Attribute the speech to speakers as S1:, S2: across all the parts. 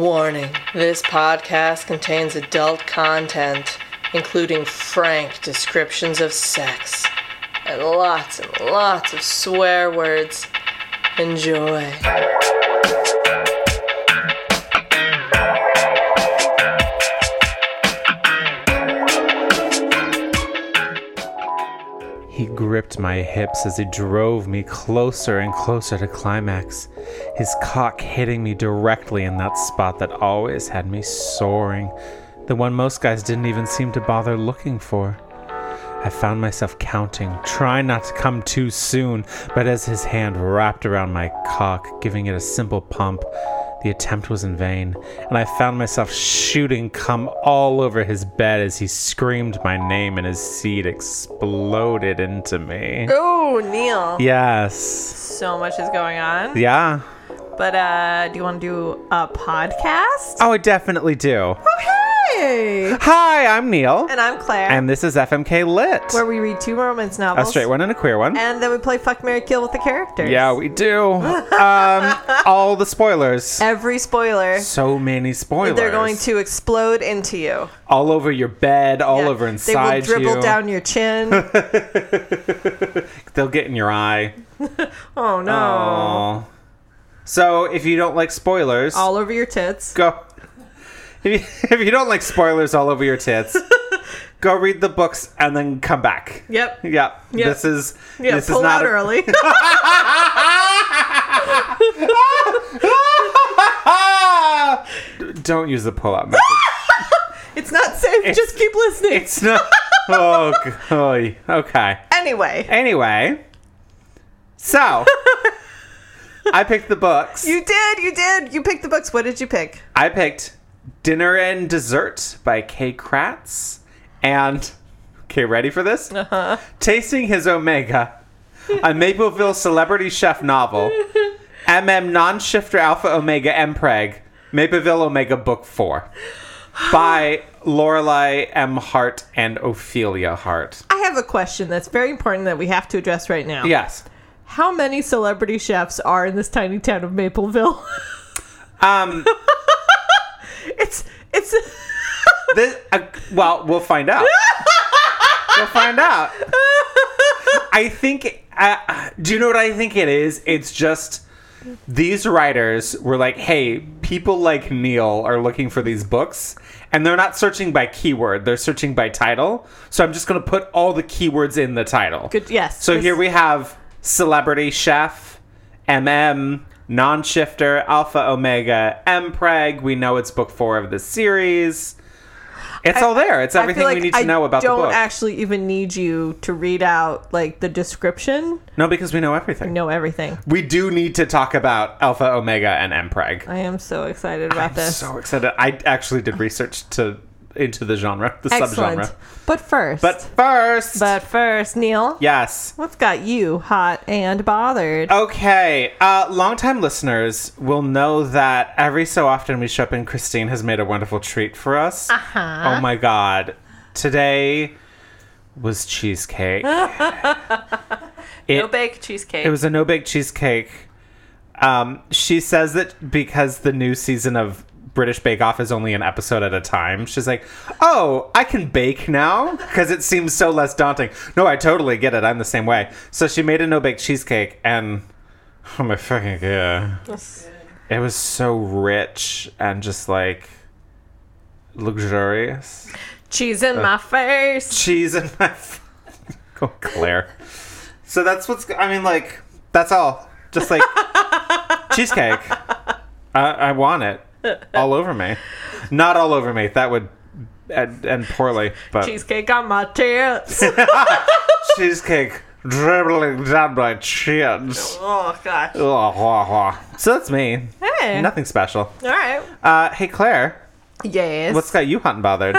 S1: Warning this podcast contains adult content, including frank descriptions of sex and lots and lots of swear words. Enjoy.
S2: He gripped my hips as he drove me closer and closer to climax, his cock hitting me directly in that spot that always had me soaring, the one most guys didn't even seem to bother looking for. I found myself counting, trying not to come too soon, but as his hand wrapped around my cock, giving it a simple pump, the attempt was in vain, and I found myself shooting cum all over his bed as he screamed my name and his seed exploded into me.
S3: Oh, Neil.
S2: Yes.
S3: So much is going on.
S2: Yeah.
S3: But uh, do you want to do a podcast?
S2: Oh, I definitely do.
S3: Hey!
S2: Hi, I'm Neil,
S3: And I'm Claire.
S2: and this is FMK Lit,
S3: where we read two romance
S2: a
S3: novels.
S2: straight one and a queer one.
S3: And then we play Fuck, Mary, Kill with the characters.
S2: Yeah, we do. Um, all the spoilers.
S3: Every spoiler,
S2: So many spoilers.
S3: they're going to explode into you.
S2: all over your bed, all
S3: Yeah.
S2: over inside
S3: They will dribble
S2: you.
S3: down your chin.
S2: They'll get in your eye.
S3: oh, no.
S2: Aw. So if you don't like spoilers,
S3: All over your tits.
S2: go. If you, if you don't like spoilers all over your tits, go read the books and then come back.
S3: Yep.
S2: Yeah,
S3: Yeah.
S2: this is
S3: Yeah,
S2: this
S3: pull
S2: is not
S3: out
S2: a-
S3: early.
S2: Ah! Don't use the pull-out method.
S3: it's not safe. Just keep listening.
S2: It's not. Oh, g- oh, y- okay.
S3: anyway,
S2: Anyway, so I picked the books.
S3: you did. You did. You picked the books. What did you pick?
S2: I picked Dinner and Dessert by Kay Kratz and okay, ready for this? Uh-huh. Tasting His Omega, a Mapleville celebrity chef novel, MM non-shifter alpha omega mpreg, Mapleville Omega Book 4 by Lorelei M Hart and Ophelia Hart.
S3: I have a question that's very important that we have to address right now.
S2: Yes.
S3: How many celebrity chefs are in this tiny town of Mapleville?
S2: Um
S3: it's it's
S2: This, uh, well, we'll find out. we'll find out. I think. Uh, do you know what I think it is? It's just these writers were like, "Hey, people like Neil are looking for these books, and they're not searching by keyword; they're searching by title. So I'm just going to put all the keywords in the title."
S3: good. Yes.
S2: So here we have celebrity chef, MM, non shifter, alpha omega, mpreg. We know it's book four of the series. It's all there. It's everything we need to
S3: I
S2: know about the
S3: don't
S2: book.
S3: actually even need you to read out like the description.
S2: no, because we know everything.
S3: I know everything.
S2: We do need to talk about alpha omega and mpreg.
S3: I am so excited about
S2: I'm
S3: this.
S2: so excited. I actually did research to into the genre, the
S3: Excellent.
S2: subgenre.
S3: But first,
S2: But first,
S3: but first, Neil,
S2: yes.
S3: what's got you hot and
S2: Oh,
S3: bothered?
S2: Okay, uh, longtime listeners will know that every so often we show up and Christine has made a wonderful treat for us. Uh-huh. Oh my god. Today was cheesecake.
S3: no bake cheesecake.
S2: It was a no bake cheesecake. Um, she says that because the new season of British Bake Off is only an episode at a time, she's like, "Oh, I can bake now because it seems so less daunting." No, I totally get it. I'm the same way. So she made a no bake cheesecake, and oh my fucking god, it was so rich and just like luxurious
S3: Cheese
S2: Uh.
S3: in my face.
S2: cheese in my. f- oh, Claire. So that's what's. I mean, like that's all. Just like cheesecake. I, I want it all over me. Not all over me. That would and, and poorly. But
S3: Cheesecake on my tits.
S2: cheesecake dribbling down my chins.
S3: oh gosh.
S2: Oh, wah, wah. So that's me.
S3: Hey.
S2: Nothing special.
S3: All right.
S2: Uh, hey Claire,
S3: Yes.
S2: what's got you hot and bothered?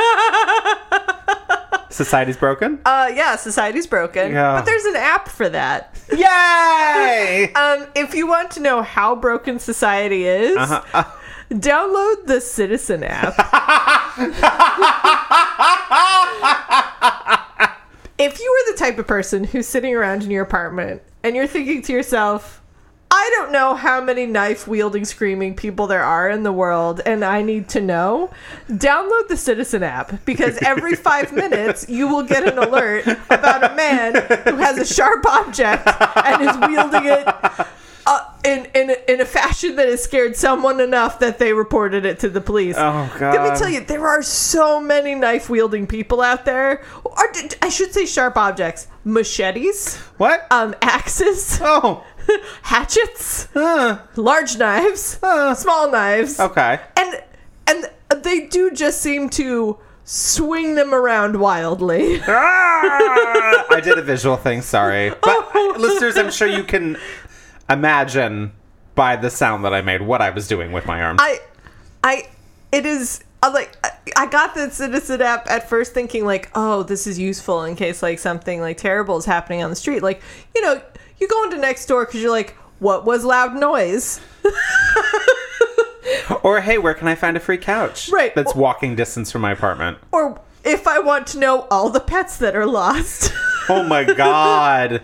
S2: Society's broken.
S3: Uh, yeah, society's broken.
S2: Yeah.
S3: But there's an app for that.
S2: Yay!
S3: Um, if you want to know how broken society is, download the Citizen app. if you were the type of person who's sitting around in your apartment and you're thinking to yourself, I don't know how many knife wielding, screaming people there are in the world, and I need to know. Download the Citizen app because every five minutes you will get an alert about a man who has a sharp object and is wielding it uh, in in a, in a fashion that has scared someone enough that they reported it to the police.
S2: Oh,
S3: Let
S2: God.
S3: me tell you, there are so many knife wielding people out there. Or, d- d- I should say sharp objects, machetes,
S2: What?
S3: um, axes,
S2: oh.
S3: hatchets,
S2: Huh.
S3: large knives,
S2: Huh.
S3: small knives,
S2: Okay.
S3: and and they do just seem to swing them around wildly.
S2: Ah! I did a visual thing, sorry. But listeners, I'm sure you can imagine by the sound that I made what I was doing with my arm.
S3: I, I, it is. I'm like I- I got the citizen app at first, thinking like, oh, this is useful in case like something like terrible is happening on the street. Like you know, you go into next door because you're like, what was loud noise?
S2: or hey, where can I find a free couch?
S3: Right.
S2: That's walking distance from my apartment.
S3: Or if I want to know all the pets that are lost
S2: Oh my god.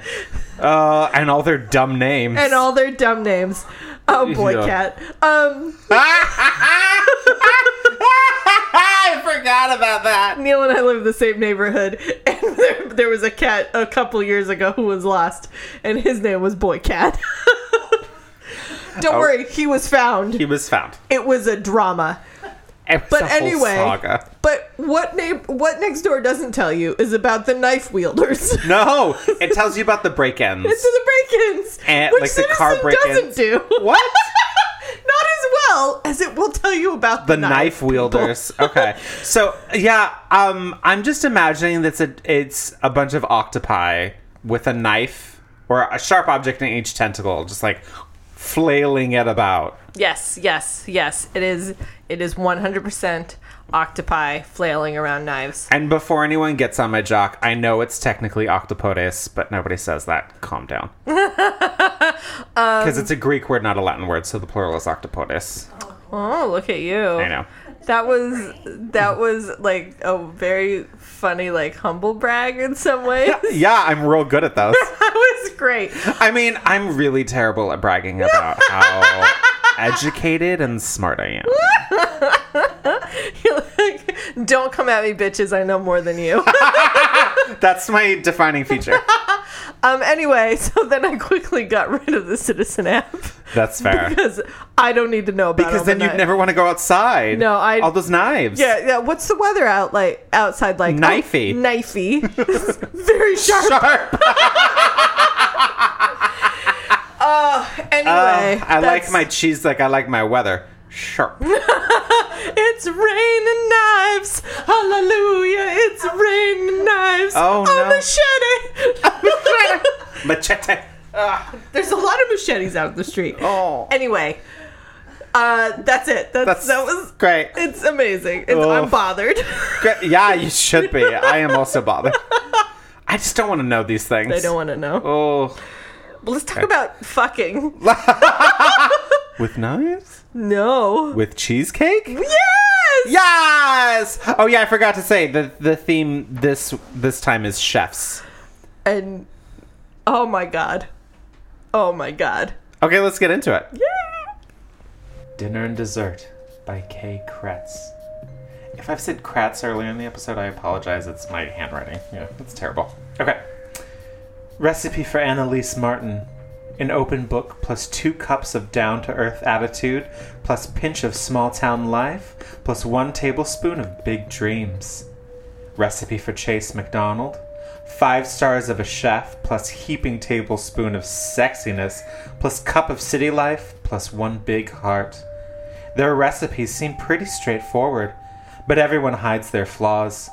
S2: Uh, and all their dumb names.
S3: and all their dumb names. Oh boy,
S2: Yeah.
S3: cat. Um,
S2: I forgot about that.
S3: Neil and I live in the same neighborhood, and there, there was a cat a couple years ago who was lost, and his name was Boy Cat. Don't
S2: Oh.
S3: worry, he was found.
S2: He was found.
S3: it was a drama.
S2: It was
S3: But
S2: a whole
S3: anyway-
S2: saga.
S3: But what name? What next door doesn't tell you is about the knife wielders to
S2: No, it tells you about the break-ins.
S3: the break-ins,
S2: And,
S3: which
S2: Eh, like, the car
S3: Citizen
S2: break-ins.
S3: doesn't do.
S2: what?
S3: Not as well as it will tell you about the,
S2: the knife, wielders. okay, so yeah, um, I'm just imagining that's a it's a bunch of octopi with a knife or a sharp object in each tentacle, just like flailing it about.
S3: Yes, yes, yes. It is. It is one hundred percent octopi flailing around knives.
S2: And before anyone gets on my jock, I know it's technically octopodes, but nobody says that. Calm down. Because it's a Greek word, not a Latin word, so the plural is octopodes.
S3: Oh, look at you!
S2: I know.
S3: That was that was like a very funny like humble brag in some ways.
S2: Yeah, I'm real good at those.
S3: that was great.
S2: I mean, I'm really terrible at bragging about how educated and smart I am.
S3: You're like, don't come at me, bitches. I know more than you.
S2: That's my defining feature.
S3: um. Anyway, so then I quickly got rid of the Citizen app
S2: That's fair.
S3: because I don't need to know about.
S2: Because
S3: all
S2: then
S3: the
S2: you'd
S3: knives.
S2: never want to go outside.
S3: No, I-
S2: all those knives.
S3: Yeah, yeah. What's the weather out like outside? Like
S2: Knifey.
S3: Oh, knifey. Very sharp.
S2: Sharp.
S3: Anyway,
S2: Uh, I like
S3: that's-
S2: my cheese like I like my weather. Sharp.
S3: It's raining knives. Hallelujah! It's raining knives.
S2: Oh, no.
S3: machete.
S2: Machete.
S3: There's a lot of machetes out on the street.
S2: Oh.
S3: Anyway, uh, that's it. That's,
S2: That's
S3: that was.
S2: great.
S3: It's amazing. It's,
S2: Oh.
S3: I'm bothered.
S2: Great. Yeah, you should be. I am also bothered. I just don't want to know these things.
S3: I don't want to know.
S2: Oh,
S3: Well, let's talk about fucking.
S2: with knives?
S3: No.
S2: With cheesecake?
S3: Yes.
S2: Yes! Oh yeah, I forgot to say the the theme this this time is chefs.
S3: And oh my god. Oh my god.
S2: Okay, let's get into it. Dinner and Dessert by Kay Kratz. If I've said Kratz earlier in the episode, I apologize. It's my handwriting. Yeah, it's terrible. Okay. Recipe for Annalise Martin. An open book plus two cups of down to earth attitude, plus pinch of small town life, plus one tablespoon of big dreams. Recipe for Chase McDonald. Five stars of a chef, plus heaping tablespoon of sexiness, plus cup of city life, plus one big heart. Their recipes seem pretty straightforward, but everyone hides their flaws.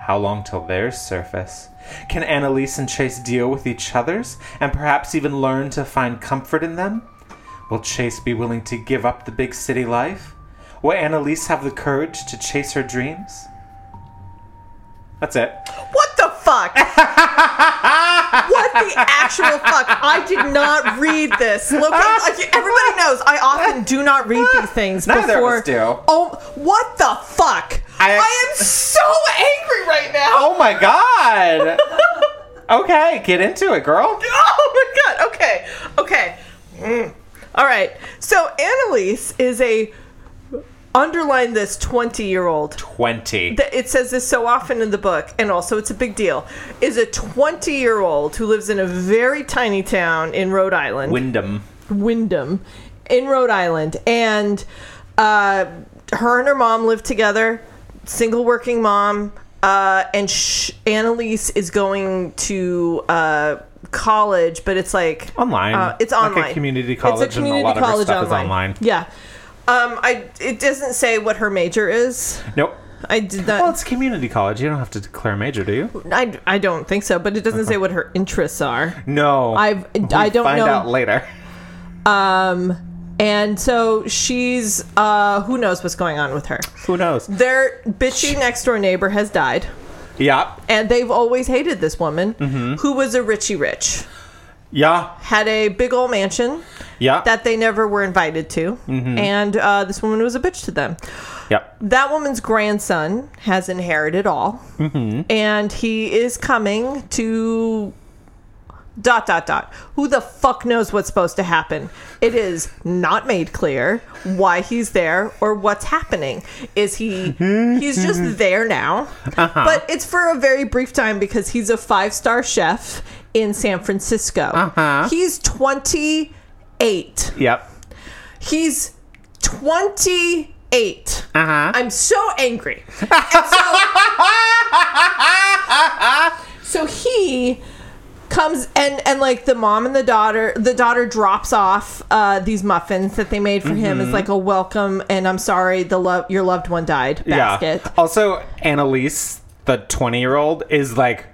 S2: How long till theirs surface? Can Annalise and Chase deal with each other's, and perhaps even learn to find comfort in them? Will Chase be willing to give up the big city life? Will Annalise have the courage to chase her dreams? That's it.
S3: What the fuck? what the actual fuck? I did not read this. Look, like, everybody knows I often do not read these things
S2: Neither of us
S3: before.
S2: do.
S3: Oh, what the fuck?
S2: I
S3: I,
S2: ex-
S3: am so angry right now.
S2: Oh my god! okay, get into it, girl.
S3: Oh my god. Okay. Okay. All right. So Annalise is a underline this 20 year old.
S2: 20.
S3: Th- It says this so often in the book, and also it's a big deal. Is a 20 year old who lives in a very tiny town in Rhode Island.
S2: Wyndham.
S3: Wyndham in Rhode Island, and uh, her and her mom live together, single working mom. Uh, and sh- Annalise is going to uh, college, but it's like
S2: Online.
S3: Uh, it's
S2: Like a
S3: online.
S2: community college, and a lot of her stuff is online.
S3: Yeah. Um, I it doesn't say what her major is.
S2: Nope.
S3: I did not.
S2: Well, it's community college. You don't have to declare a major, do you?
S3: I, I don't think so, but it doesn't say what her interests are.
S2: No.
S3: I've-
S2: We'll
S3: I don't
S2: find
S3: know.
S2: out later.
S3: Um, and so she's uh, who knows what's going on with her.
S2: Who knows?
S3: Their bitchy next door neighbor has died,
S2: Yeah.
S3: and they've always hated this woman
S2: Mm-hmm.
S3: who was a Richie Rich,
S2: Yeah.
S3: had a big old mansion
S2: Yeah.
S3: that they never were invited to,
S2: Mm-hmm.
S3: and uh, this woman was a bitch to them.
S2: Yep.
S3: That woman's grandson has inherited all, and he is coming to dot dot dot. Who the fuck knows what's supposed to happen? It is not made clear why he's there or what's happening. Is he? he's just there now, but it's for a very brief time because he's a five star chef in San Francisco.
S2: Uh-huh.
S3: He's twenty eight.
S2: Yep.
S3: He's 28.
S2: Uh-huh.
S3: I'm so angry. And so, so he comes and and like the mom and the daughter the daughter drops off uh these muffins that they made for him
S2: Mm-hmm.
S3: as like a welcome and i'm sorry the love your loved one died basket
S2: Yeah. Also, Annalise, the 20 year old, is like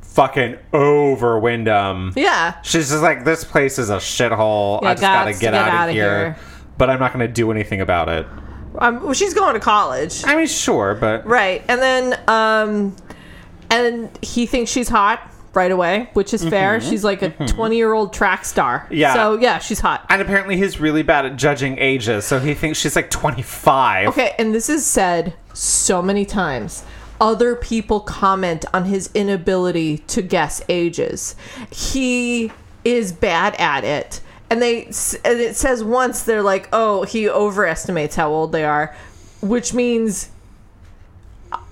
S2: fucking over Wyndham.
S3: yeah,
S2: She's just like, this place is a shithole.
S3: Yeah,
S2: I just gotta get,
S3: gots to get
S2: out,
S3: outta
S2: of here.
S3: here.
S2: But I'm not gonna do anything about it.
S3: Um, well, she's going to college
S2: I mean, sure, but
S3: Right. And then um and he thinks she's hot right away, which is fair. She's like a 20-year-old track star.
S2: Yeah.
S3: So yeah, she's hot.
S2: and apparently he's really bad at judging ages, so he thinks she's like 25.
S3: Okay, and this is said so many times. Other people comment on his inability to guess ages. He is bad at it. And they s- and it says once they're like, "Oh, he overestimates how old they are," which means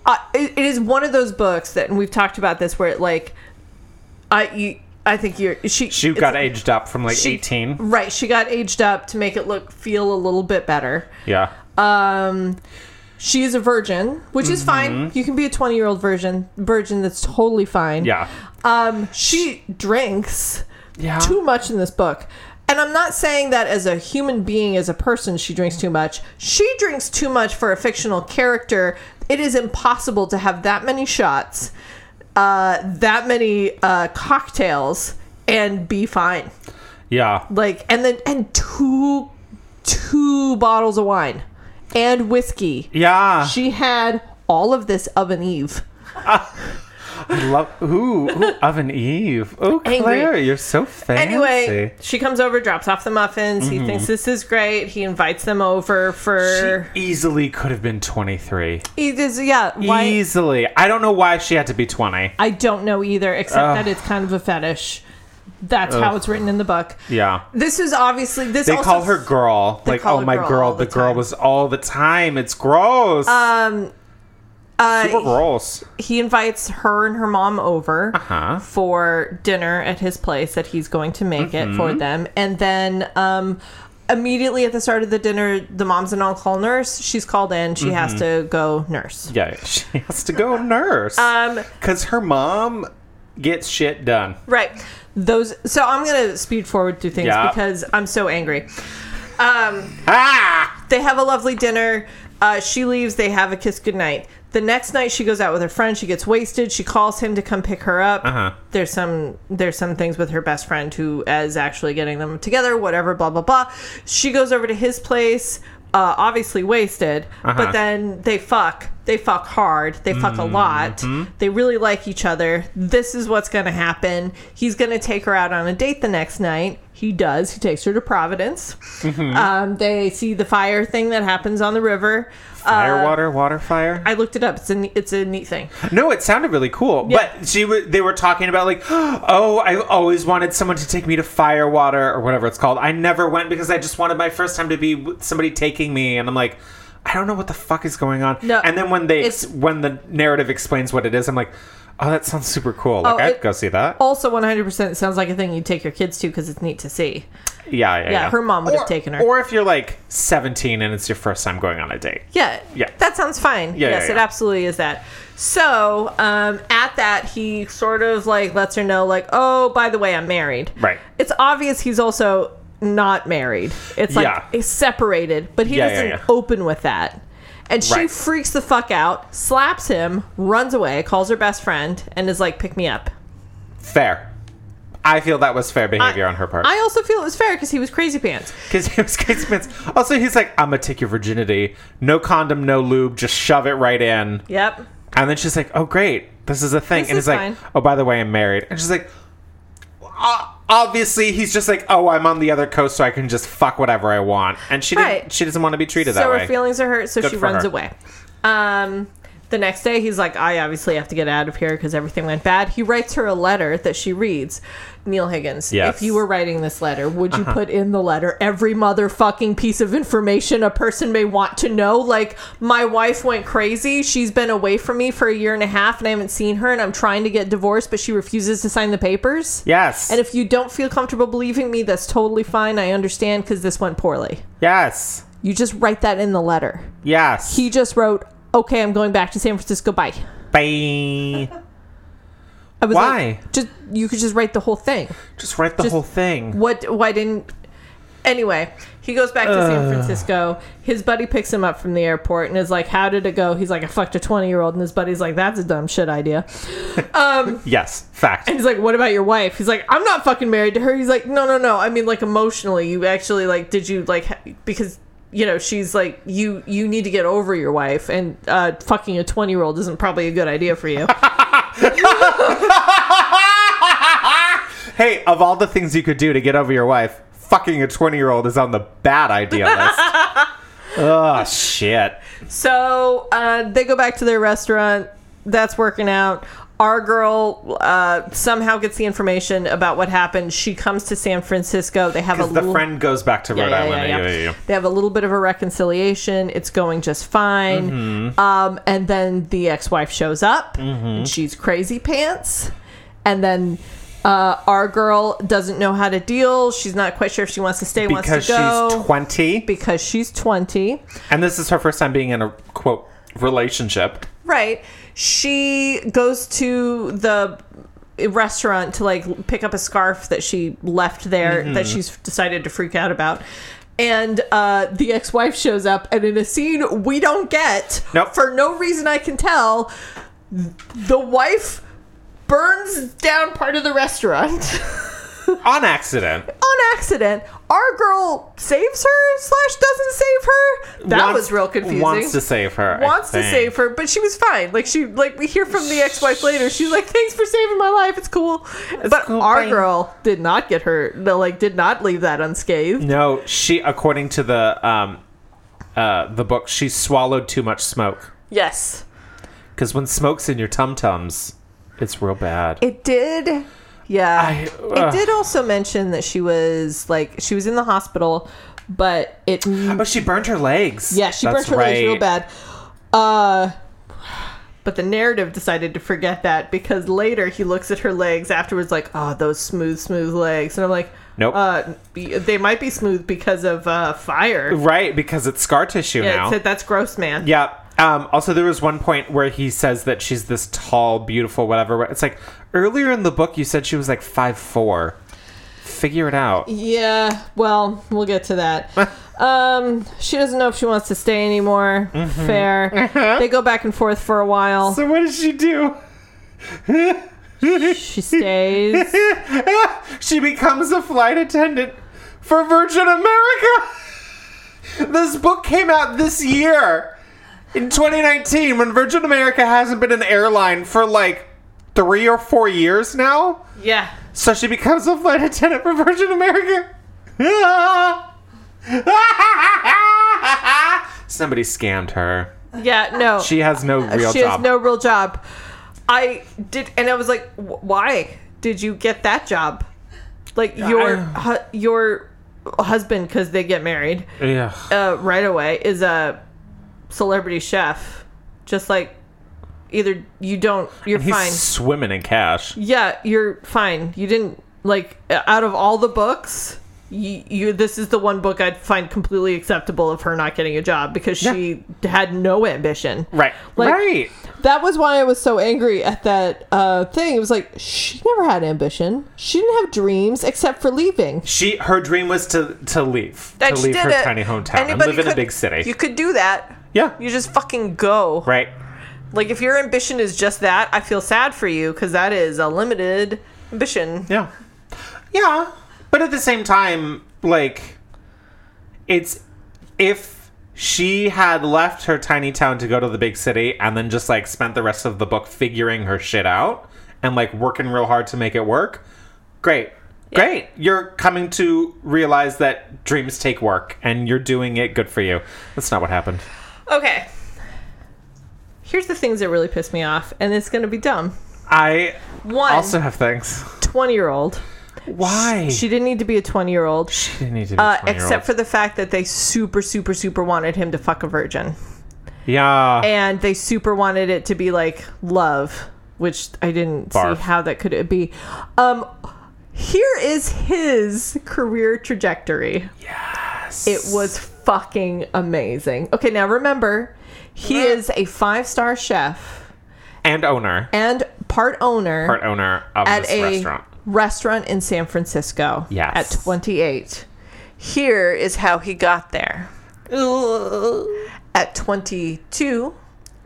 S3: uh, it, it is one of those books that and we've talked about this where it like I you, I think you're she
S2: She
S3: it's-
S2: got aged up from like
S3: she-
S2: 18.
S3: right she got aged up to make it look feel a little bit better.
S2: Yeah.
S3: Um, she is a virgin, which
S2: Mm-hmm.
S3: is fine. You can be a twenty year old virgin virgin that's totally fine.
S2: Yeah.
S3: Um, she drinks
S2: Yeah.
S3: too much in this book. And I'm not saying that as a human being, as a person, she drinks too much. She drinks too much for a fictional character. It is impossible to have that many shots, uh, that many uh, cocktails, and be fine.
S2: Yeah.
S3: Like, and then, and two, two bottles of wine and whiskey.
S2: Yeah.
S3: She had all of this of an eve.
S2: I love. Ooh, ooh Oven Eve. Oh,
S3: Angry.
S2: Claire, you're so fancy. Mm-hmm.
S3: Anyway, she comes over, drops off the muffins. He thinks this is great. He invites them over for.
S2: She easily could have been 23.
S3: He does- yeah, why?
S2: Easily. I don't know why she had to be 20.
S3: I don't know either, except
S2: Ugh.
S3: that it's kind of a fetish. That's how it's written in the book.
S2: Yeah.
S3: This is obviously this.
S2: They
S3: also,
S2: call her girl. Like,
S3: call
S2: oh
S3: her
S2: my
S3: girl
S2: girl,
S3: all
S2: the,
S3: the
S2: girl
S3: time. Um,
S2: was all the time. It's gross.
S3: uh,
S2: Super gross.
S3: he invites her and her mom over
S2: Uh-huh.
S3: for dinner at his place that he's going to make it
S2: Mm-hmm.
S3: for them. And then um, immediately at the start of the dinner, the mom's an on call nurse. She's called in. She has
S2: Mm-hmm.
S3: to go nurse.
S2: Yeah, she has to go nurse.
S3: Um,
S2: Because her mom gets shit done.
S3: right. Those. So I'm going to speed forward through things
S2: Yeah.
S3: because I'm so angry. Um,
S2: Ah!
S3: they have a lovely dinner. Uh, she leaves. They have a kiss goodnight. The next night, she goes out with her friend. She gets wasted. She calls him to come pick her up.
S2: Uh-huh.
S3: There's some there's some things with her best friend who is actually getting them together. Whatever. Blah blah blah. She goes over to his place. Uh, obviously wasted, but then they fuck. They fuck hard. They fuck a lot. They really like each other. This is what's going to happen. He's going to take her out on a date the next night. He does. He takes her to Providence. Um, they see the fire thing that happens on the river.
S2: Fire,
S3: Uh,
S2: water, water, fire.
S3: I looked it up. It's a ne- it's a neat thing.
S2: No, it sounded really cool. But she, w- they were talking about like, oh, I've always wanted someone to take me to Firewater or whatever it's called. I never went because I just wanted my first time to be with somebody taking me, and I'm like, I don't know what the fuck is going on.
S3: No,
S2: and then when they ex-
S3: it's-
S2: when the narrative explains what it is, I'm like, oh, that sounds super cool. Like
S3: Oh,
S2: I'd
S3: it-
S2: go see that.
S3: Also, 100% sounds like a thing you'd take your kids to because it's neat to see.
S2: yeah, yeah, yeah,
S3: her mom would have
S2: Or-
S3: taken her.
S2: Or if you're like 17 and it's your first time going on a date.
S3: Yeah.
S2: Yeah.
S3: That sounds fine.
S2: Yeah,
S3: yes,
S2: yeah,
S3: it
S2: yeah.
S3: absolutely is that. So, um, at that, he sort of like lets her know, like, oh, by the way, I'm married.
S2: Right.
S3: It's obvious he's also not married. It's like
S2: Yeah.
S3: he's separated, but he
S2: Yeah, yeah,
S3: doesn't
S2: yeah.
S3: open with that. And she
S2: Right.
S3: freaks the fuck out, slaps him, runs away, calls her best friend, and is like, pick me up.
S2: Fair. I feel that was fair behavior on her part.
S3: I also feel it was fair because he was crazy pants.
S2: Because he was Kate Spence. Also, he's like, I'm going to take your virginity. No condom, no lube. Just shove it right in.
S3: Yep.
S2: And then she's like, oh, great. This is a thing.
S3: This
S2: and
S3: is
S2: he's like,
S3: fine.
S2: oh, by the way, I'm married. And she's like, "O- obviously, he's just like, oh, I'm on the other coast, so I can just fuck whatever I want. And she,
S3: Right.
S2: didn't, she doesn't want to be treated
S3: so
S2: that
S3: her
S2: way.
S3: feelings are hurt so
S2: Good
S3: she
S2: for
S3: runs
S2: her.
S3: away um the next day he's like i obviously have to get out of here because everything went bad he writes her a letter that she reads neil higgins
S2: Yes. Uh-huh.
S3: if you were writing this letter would you put in the letter every motherfucking piece of information a person may want to know like my wife went crazy she's been away from me for a year and a half and i haven't seen her and i'm trying to get divorced but she refuses to sign the papers
S2: yes.
S3: and if you don't feel comfortable believing me that's totally fine i understand because this went poorly
S2: yes.
S3: you just write that in the letter
S2: Yes.
S3: he just wrote, "Okay, I'm going back to San Francisco. Bye."
S2: Bye.
S3: I was
S2: Why?
S3: like, just you could just write the whole thing.
S2: Just write the
S3: Just-
S2: whole thing.
S3: What? Why didn't? Anyway, he goes back to San Francisco. His buddy picks him up from the airport and is like, "How did it go?" He's like, "I fucked a 20 year old," and his buddy's like, "That's a dumb shit idea."
S2: Yes. Fact.
S3: And he's like, "What about your wife?" He's like, "I'm not fucking married to her." He's like, "No, no, no. I mean, like emotionally, you actually like, did you like ha- because." You know, she's like, you. You need to get over your wife, and uh, fucking a twenty-year-old isn't probably a good idea for you.
S2: Hey, of all the things you could do to get over your wife, fucking a 20 year old is on the bad idea list. oh, shit.
S3: So uh, they go back to their restaurant. That's working out. Our girl uh, somehow gets the information about what happened. She comes to San Francisco. They have a
S2: The
S3: little,
S2: friend goes back to
S3: Yeah,
S2: Rhode
S3: yeah,
S2: Island.
S3: yeah,
S2: Yeah,
S3: yeah.
S2: yeah, yeah.
S3: They have a little bit of a reconciliation. It's going just fine.
S2: Mm-hmm.
S3: Um, and then the ex-wife shows up. And she's crazy pants. And then uh, our girl doesn't know how to deal. She's not quite sure if she wants to stay,
S2: Because
S3: wants to go.
S2: she's 20,
S3: because she's twenty.
S2: and this is her first time being in a quote relationship.
S3: Right. She goes to the restaurant to like pick up a scarf that she left there that
S2: Mm-hmm.
S3: she's decided to freak out about. And uh, the ex wife shows up, and in a scene we don't get,
S2: Nope.
S3: for no reason I can tell, the wife burns down part of the restaurant
S2: On accident.
S3: on accident. Our girl saves her, slash, doesn't save her. That
S2: Wants-
S3: was real confusing
S2: Wants to save her. I
S3: wants to
S2: think.
S3: save her, but she was fine. Like she like we hear from the ex-wife later. She's like, "Thanks for saving my life. It's cool." but
S2: cool,
S3: our
S2: bye.
S3: girl did not get hurt. No, like did not leave that unscathed.
S2: No, she, according to the, um, uh, the book, she swallowed too much smoke.
S3: Yes.
S2: Because when smoke's in your tum tums, it's real bad.
S3: It did. Yeah.
S2: I- ugh.
S3: it did also mention that she was like she was in the hospital, but it
S2: But she burned her legs.
S3: yeah, she
S2: That's
S3: burnt her legs real
S2: right.
S3: bad. Uh but the narrative decided to forget that because later he looks at her legs afterwards like, "Oh, those smooth smooth legs." And I'm like,
S2: Nope.
S3: Uh, be- they might be smooth because of uh, fire.
S2: Right, because it's scar tissue
S3: Yeah,
S2: now.
S3: it said that's gross, man.
S2: yeah. Um, also, there was one point where he says that she's this tall, beautiful, whatever. It's like earlier in the book, you said she was like five four. Figure it out.
S3: Yeah, well, we'll get to that. um, she doesn't know if she wants to stay anymore.
S2: Mm-hmm.
S3: Fair. They go back and forth for a while.
S2: So what does she do?
S3: she stays.
S2: She becomes a flight attendant for Virgin America. this book came out this year in 2019 when Virgin America hasn't been an airline for like three or four years now.
S3: yeah.
S2: So she becomes a flight attendant for Virgin America. Ah! Somebody scammed her.
S3: Yeah, no.
S2: She has no real
S3: Uh, she
S2: job.
S3: has no real job. I did, and I was like, "Wh- why did you get that job? Like your hu- your husband, because they get married
S2: yeah.
S3: uh, right away, is a celebrity chef. Just like either you don't, you're
S2: He's
S3: fine.
S2: swimming in cash.
S3: Yeah, you're fine. You didn't like uh, out of all the books. You, you this is the one book I'd find completely acceptable of her not getting a job because she had no ambition.
S2: Right.
S3: Like-
S2: right.
S3: That was why I was so angry at that uh, thing. It was like she never had ambition. She didn't have dreams except for leaving.
S2: She her dream was to to leave
S1: And
S2: to
S1: she
S2: leave
S1: did
S2: her
S1: it.
S2: tiny hometown and
S1: Anybody
S2: live in a
S1: could-
S2: big city.
S1: You could do that.
S2: yeah.
S1: You just fucking go.
S2: right.
S1: Like if your ambition is just that, I feel sad for you because that is a limited ambition.
S2: Yeah. Yeah. But at the same time, like it's if she had left her tiny town to go to the big city and then just like spent the rest of the book figuring her shit out and like working real hard to make it work. Great. Great. You're coming to realize that dreams take work and you're doing it good for you. That's not what happened.
S3: Okay. Here's the things that really piss me off, and it's gonna be dumb.
S2: I
S3: One
S2: also have things.
S3: 20 year old.
S2: Why?
S3: She didn't need to be a 20 year old.
S2: didn't need to be
S3: Uh,
S2: 20 year
S3: except
S2: old.
S3: for the fact that they super, super, super wanted him to fuck a virgin.
S2: yeah.
S3: and they super wanted it to be like love, which I didn't
S2: Barf.
S3: see how that could be. Um, here is his career trajectory. Yes, it was fucking amazing. Okay, now remember, he is a five star chef
S2: and owner.
S3: and part owner
S2: part owner of
S3: at
S2: this
S3: a
S2: restaurant.
S3: restaurant in San Francisco.
S2: Yes.
S3: at twenty eight. Here is how he got there. At 22,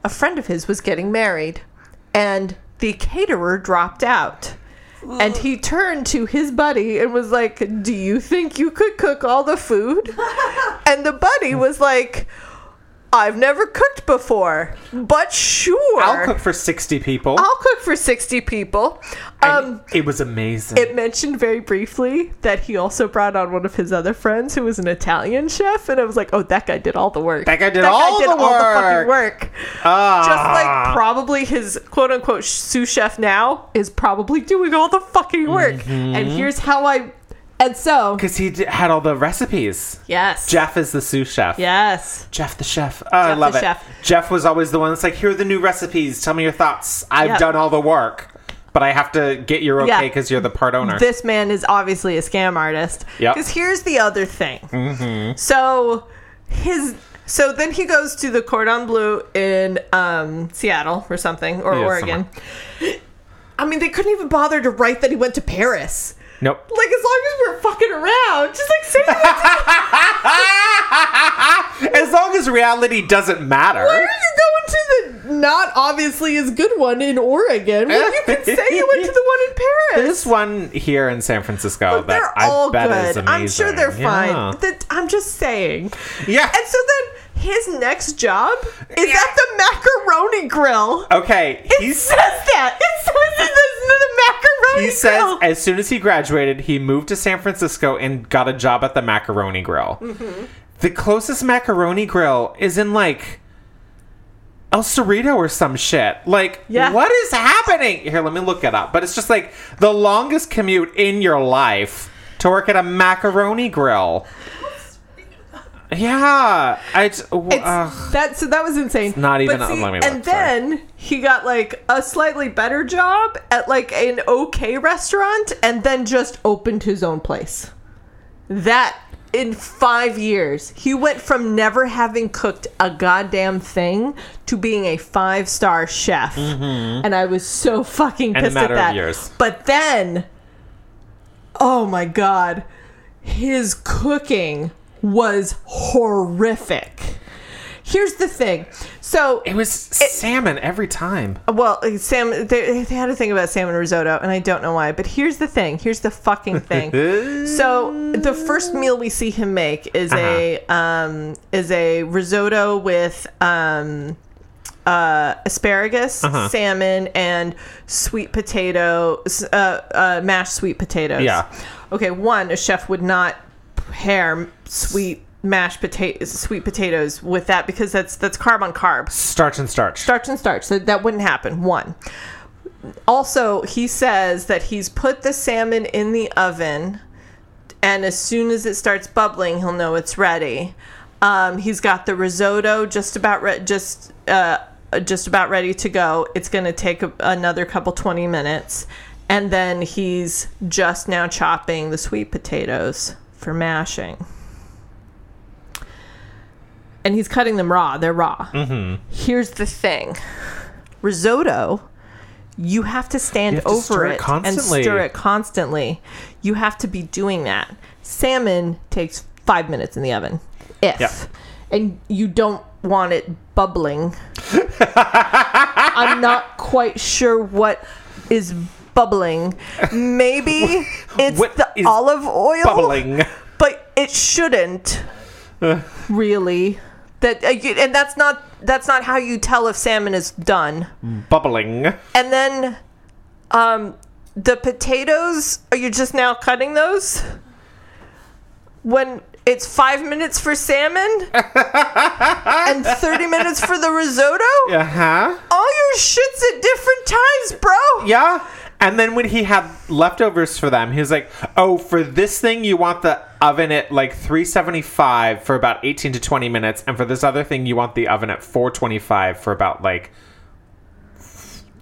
S3: a friend of his was getting married, and the caterer dropped out. And he turned to his buddy and was like, Do you think you could cook all the food? and the buddy was like, I've never cooked before, but sure.
S2: I'll cook for 60 people.
S3: I'll cook for 60 people.
S2: And
S3: Um,
S2: it was amazing.
S3: it mentioned very briefly that he also brought on one of his other friends who was an Italian chef, and I was like, "Oh, that guy did all the work.
S2: That guy did all the
S3: fucking
S2: work."
S3: work."
S2: Ah.
S3: Just like probably his quote unquote sous chef now is probably doing all the fucking work.
S2: Mm-hmm.
S3: And here's how I. And so
S2: because he d- had all the recipes.
S3: yes,
S2: Jeff is the sous chef.
S3: yes,
S2: Jeff the chef. Oh, I
S3: Jeff
S2: love
S3: the
S2: it.
S3: chef.
S2: Jeff was always the one that's like, here are the new recipes. Tell me your thoughts. I've
S3: Yep.
S2: done all the work, but I have to get your
S3: Yeah.
S2: okay because you're the part owner.
S3: this man is obviously a scam artist.
S2: Yep. Mm-hmm.
S3: Because here's the other thing. So his so then he goes to the Cordon Bleu in um, Seattle or something or
S2: Yeah,
S3: Oregon. I mean, they couldn't even bother to write that he went to Paris.
S2: nope.
S3: Like as long as we're fucking around, just like say that
S2: As long as reality doesn't matter.
S3: you're going to the not obviously as good one in Oregon. Well, you can say you went to the one in Paris.
S2: This one here in San Francisco that
S3: But they're
S2: I
S3: all
S2: bet is
S3: good.
S2: amazing.
S3: I'm sure they're
S2: Yeah.
S3: fine. That I'm just saying.
S2: Yeah.
S3: And so then his next job is at the macaroni grill.
S2: okay.
S3: He
S2: He's
S3: says that. It says it
S2: He
S3: is the
S2: says
S3: macaroni grill.
S2: as soon as he graduated, he moved to San Francisco and got a job at the Macaroni Grill.
S3: Mm-hmm.
S2: The closest Macaroni Grill is in like El Cerrito or some shit. Like,
S3: Yeah.
S2: what is happening? Here, let me look it up. But it's just like the longest commute in your life to work at a Macaroni Grill. Yeah, I. j- w-
S3: It's-
S2: ugh.
S3: that so that was insane.
S2: not even-
S3: But see,
S2: let me look,
S3: and
S2: sorry.
S3: then he got like a slightly better job at like an okay restaurant, and then just opened his own place. That in five years, he went from never having cooked a goddamn thing to being a five star chef, and I was so fucking
S2: Mm-hmm. a
S3: pissed
S2: matter
S3: at
S2: of
S3: that.
S2: years.
S3: But then, oh my god, his cooking was horrific. Here's the thing. So,
S2: it was salmon every time.
S3: well, Sam, they, they had a thing about salmon risotto, and I don't know why, but here's the thing. Here's the fucking thing. so, the first meal we see him
S2: Uh-huh.
S3: make is a um, is a risotto with um, uh, asparagus,
S2: Uh-huh.
S3: salmon, and sweet potato, s- uh, uh, mashed sweet potatoes.
S2: Yeah.
S3: Okay, one, a chef would not pair sweet mashed potatoes, sweet potatoes with that because that's that's carb on carb
S2: Starch and starch.
S3: starch and starch. So that wouldn't happen. One. Also, he says that he's put the salmon in the oven, and as soon as it starts bubbling, he'll know it's ready. Um, he's got the risotto just about re- just uh, just about ready to go. It's going to take a- another couple twenty minutes, and then he's just now chopping the sweet potatoes for mashing. And he's cutting them raw. They're raw.
S2: Mm-hmm.
S3: Here's the thing risotto you have to stand
S2: You have to
S3: over
S2: stir it
S3: it, and
S2: constantly.
S3: stir it constantly you have to be doing that salmon takes five minutes in the oven if
S2: Yeah.
S3: and you don't want it bubbling i'm not quite sure what is bubbling maybe it's
S2: What
S3: the
S2: is
S3: olive oil
S2: Bubbling.
S3: but it shouldn't really that uh, you- and that's not that's not how you tell if salmon is done
S2: Bubbling.
S3: and then um the potatoes are you just now cutting those when it's five minutes for salmon and 30 minutes for the risotto
S2: Uh huh.
S3: all your shit's at different times bro
S2: Yeah. And then when he had leftovers for them, he was like, "Oh, for this thing you want the oven at like 375 for about 18 to 20 minutes, and for this other thing you want the oven at 425 for about like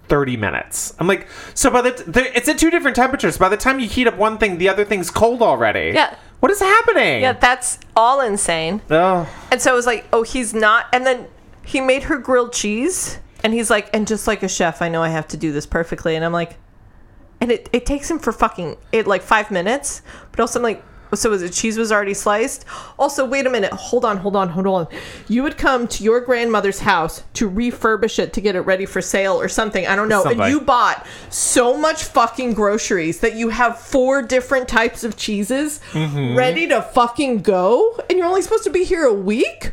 S2: 30 minutes." I'm like, "So by the t- there- it's at two different temperatures. By the time you heat up one thing, the other thing's cold already."
S3: Yeah.
S2: What is happening?
S3: yeah that's all insane
S2: Ugh.
S3: And so I was like, oh, he's not. And then he made her grilled cheese. And he's like, and just like a chef, I know I have to do this perfectly. And I'm like, and it, it takes him for fucking it like five minutes. But also, I'm like, so was the cheese was already sliced? Also, wait a minute. Hold on, hold on, hold on. You would come to your grandmother's house to refurbish it to get it ready for sale or something. I don't know.
S2: Something.
S3: And you bought so much fucking groceries that you have four different types of cheeses
S2: Mm-hmm.
S3: ready to fucking go, and you're only supposed to be here a week.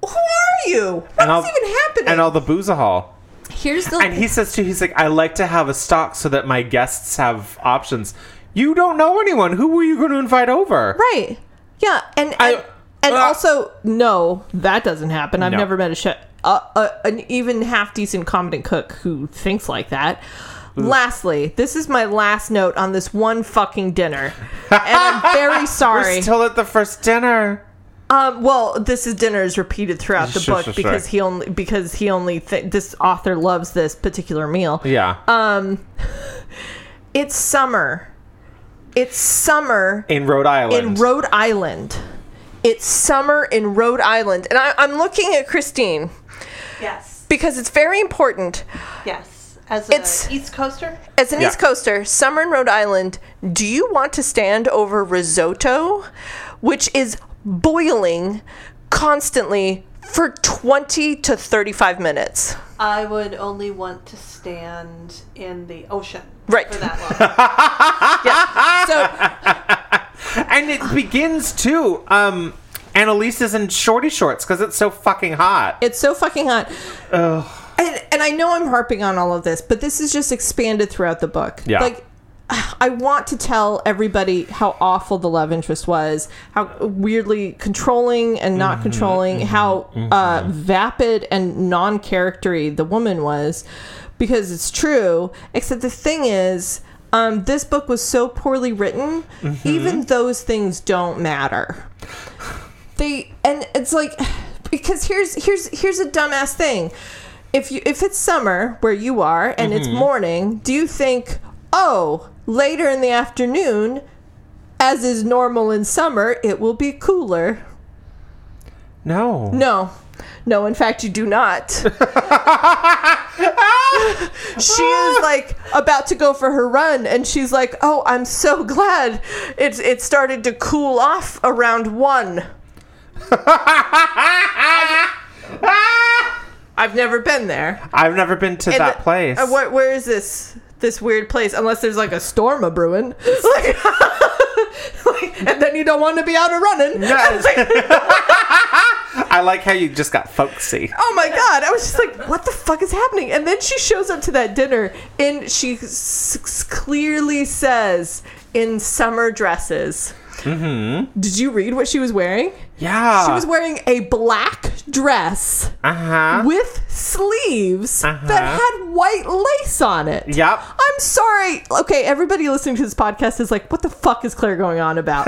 S3: Who are you? What's
S2: And all-
S3: even happening? Oh.
S2: And all the boozahol.
S3: Here's the
S2: And he says too, he's like, I like to have a stock so that my guests have options. You don't know anyone. Who were you going to invite over?
S3: right. Yeah, and and,
S2: I-
S3: and
S2: uh,
S3: also no, that doesn't happen. I've
S2: No.
S3: never met a chef, uh, uh, an even half decent competent cook who thinks like that. Lastly, this is my last note on this one fucking dinner, and I'm very sorry.
S2: We're still at the first dinner.
S3: Um, well, this is dinner is repeated throughout the
S2: Sure,
S3: book
S2: sure, sure.
S3: because he only because he only th- this author loves this particular meal.
S2: Yeah.
S3: Um, It's summer. It's summer
S2: in Rhode Island.
S3: in Rhode Island. It's summer in Rhode Island, and I, I'm looking at Christine
S4: Yes.
S3: because it's very important.
S4: Yes. As an
S3: It's-
S4: East Coaster,
S3: As an
S2: Yeah.
S3: East Coaster, summer in Rhode Island, do you want to stand over risotto, which is boiling constantly for 20 to 35 minutes?
S4: I would only want to stand in the ocean.
S3: Right.
S4: For that long.
S3: So
S2: and it begins too. Um, Annalise is in shorty shorts because it's so fucking hot.
S3: It's so fucking hot. And, and I know I'm harping on all of this, but this is just expanded throughout the book.
S2: Yeah.
S3: Like, I want to tell everybody how awful the love interest was, how weirdly controlling and not controlling, how uh, vapid and non charactery the woman was, because it's true. Except the thing is, um, this book was so poorly written, even those things don't matter they and it's like because here's here's here's a dumbass thing if you if it's summer where you are and it's morning do you think oh later in the afternoon as is normal in summer it will be cooler
S2: no.
S3: no no in fact you do not she is like about to go for her run and she's like oh i'm so glad it's it started to cool off around one i've never been there
S2: I've never been to
S3: And
S2: that
S3: the-
S2: place.
S3: uh, where, where is this this weird place? Unless there's like a storm a brewing, like, like, and then you don't want to be out a running.
S2: Yes. I like how you just got folksy.
S3: Oh my god! I was just like, what the fuck is happening? And then she shows up to that dinner, and she s- s- clearly says, "In summer dresses." Mm-hmm. Did you read what she was wearing?
S2: Yeah.
S3: She was wearing a black dress
S2: Uh huh.
S3: with sleeves
S2: Uh-huh.
S3: that had white lace on it.
S2: Yep.
S3: I'm sorry. Okay, everybody listening to this podcast is like, what the fuck is Claire going on about?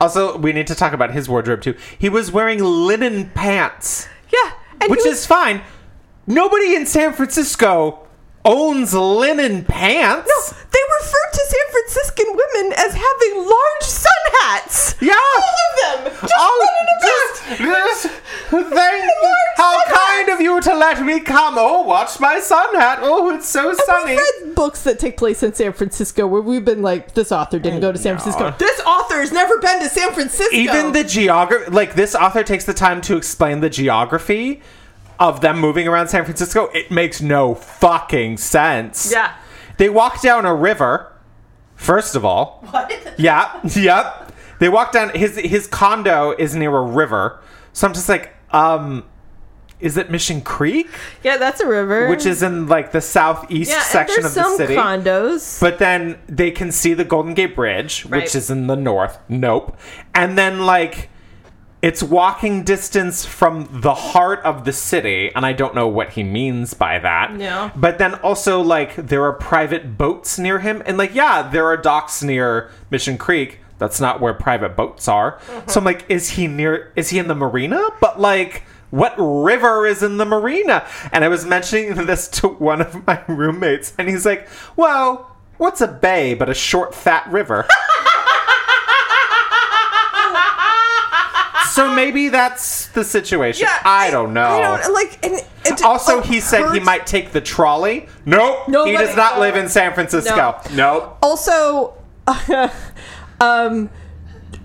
S2: Also, we need to talk about his wardrobe too. He was wearing linen pants,
S3: yeah. And he
S2: which
S3: was-
S2: is fine. Nobody in San Francisco owns linen pants.
S3: No, they refer to San Franciscan women as having large sun hats.
S2: Yeah.
S3: All of them. Just
S2: Oh,
S3: one in a
S2: just,
S3: basket.
S2: just, thank How kind of you to let me come. Oh, watch my sun hat. Oh, it's so sunny.
S3: We've read books that take place in San Francisco where we've been like, this author didn't go to San Francisco. This author has never been to San Francisco.
S2: Even the geography, like this author takes the time to explain the geography of them moving around San Francisco. It makes no fucking sense.
S3: Yeah.
S2: They walk down a river, first of all.
S4: What?
S2: Yeah, yep. They walk down his his condo is near a river. So I'm just like, um is it Mission Creek?
S3: Yeah, that's a river.
S2: Which is in like the southeast
S3: yeah,
S2: section
S3: and
S2: of the
S3: there's some
S2: city.
S3: condos.
S2: But then they can see the Golden Gate Bridge, which
S3: Right.
S2: is in the north. Nope. And then like it's walking distance from the heart of the city, and I don't know what he means by that.
S3: No.
S2: But then also like there are private boats near him, and like yeah, there are docks near Mission Creek. That's not where private boats are. So I'm like, is he near? Is he in the marina? But like. What river is in the marina? And I was mentioning this to one of my roommates, and he's like, Well, what's a bay but a short, fat river? so maybe that's the situation. I, don't know.
S3: I don't like. And, it-
S2: also,
S3: like,
S2: he said he
S3: her-
S2: might take the trolley. Nope.
S3: No,
S2: he
S3: let
S2: does
S3: it
S2: not
S3: go.
S2: live in San Francisco. Nope.
S3: also um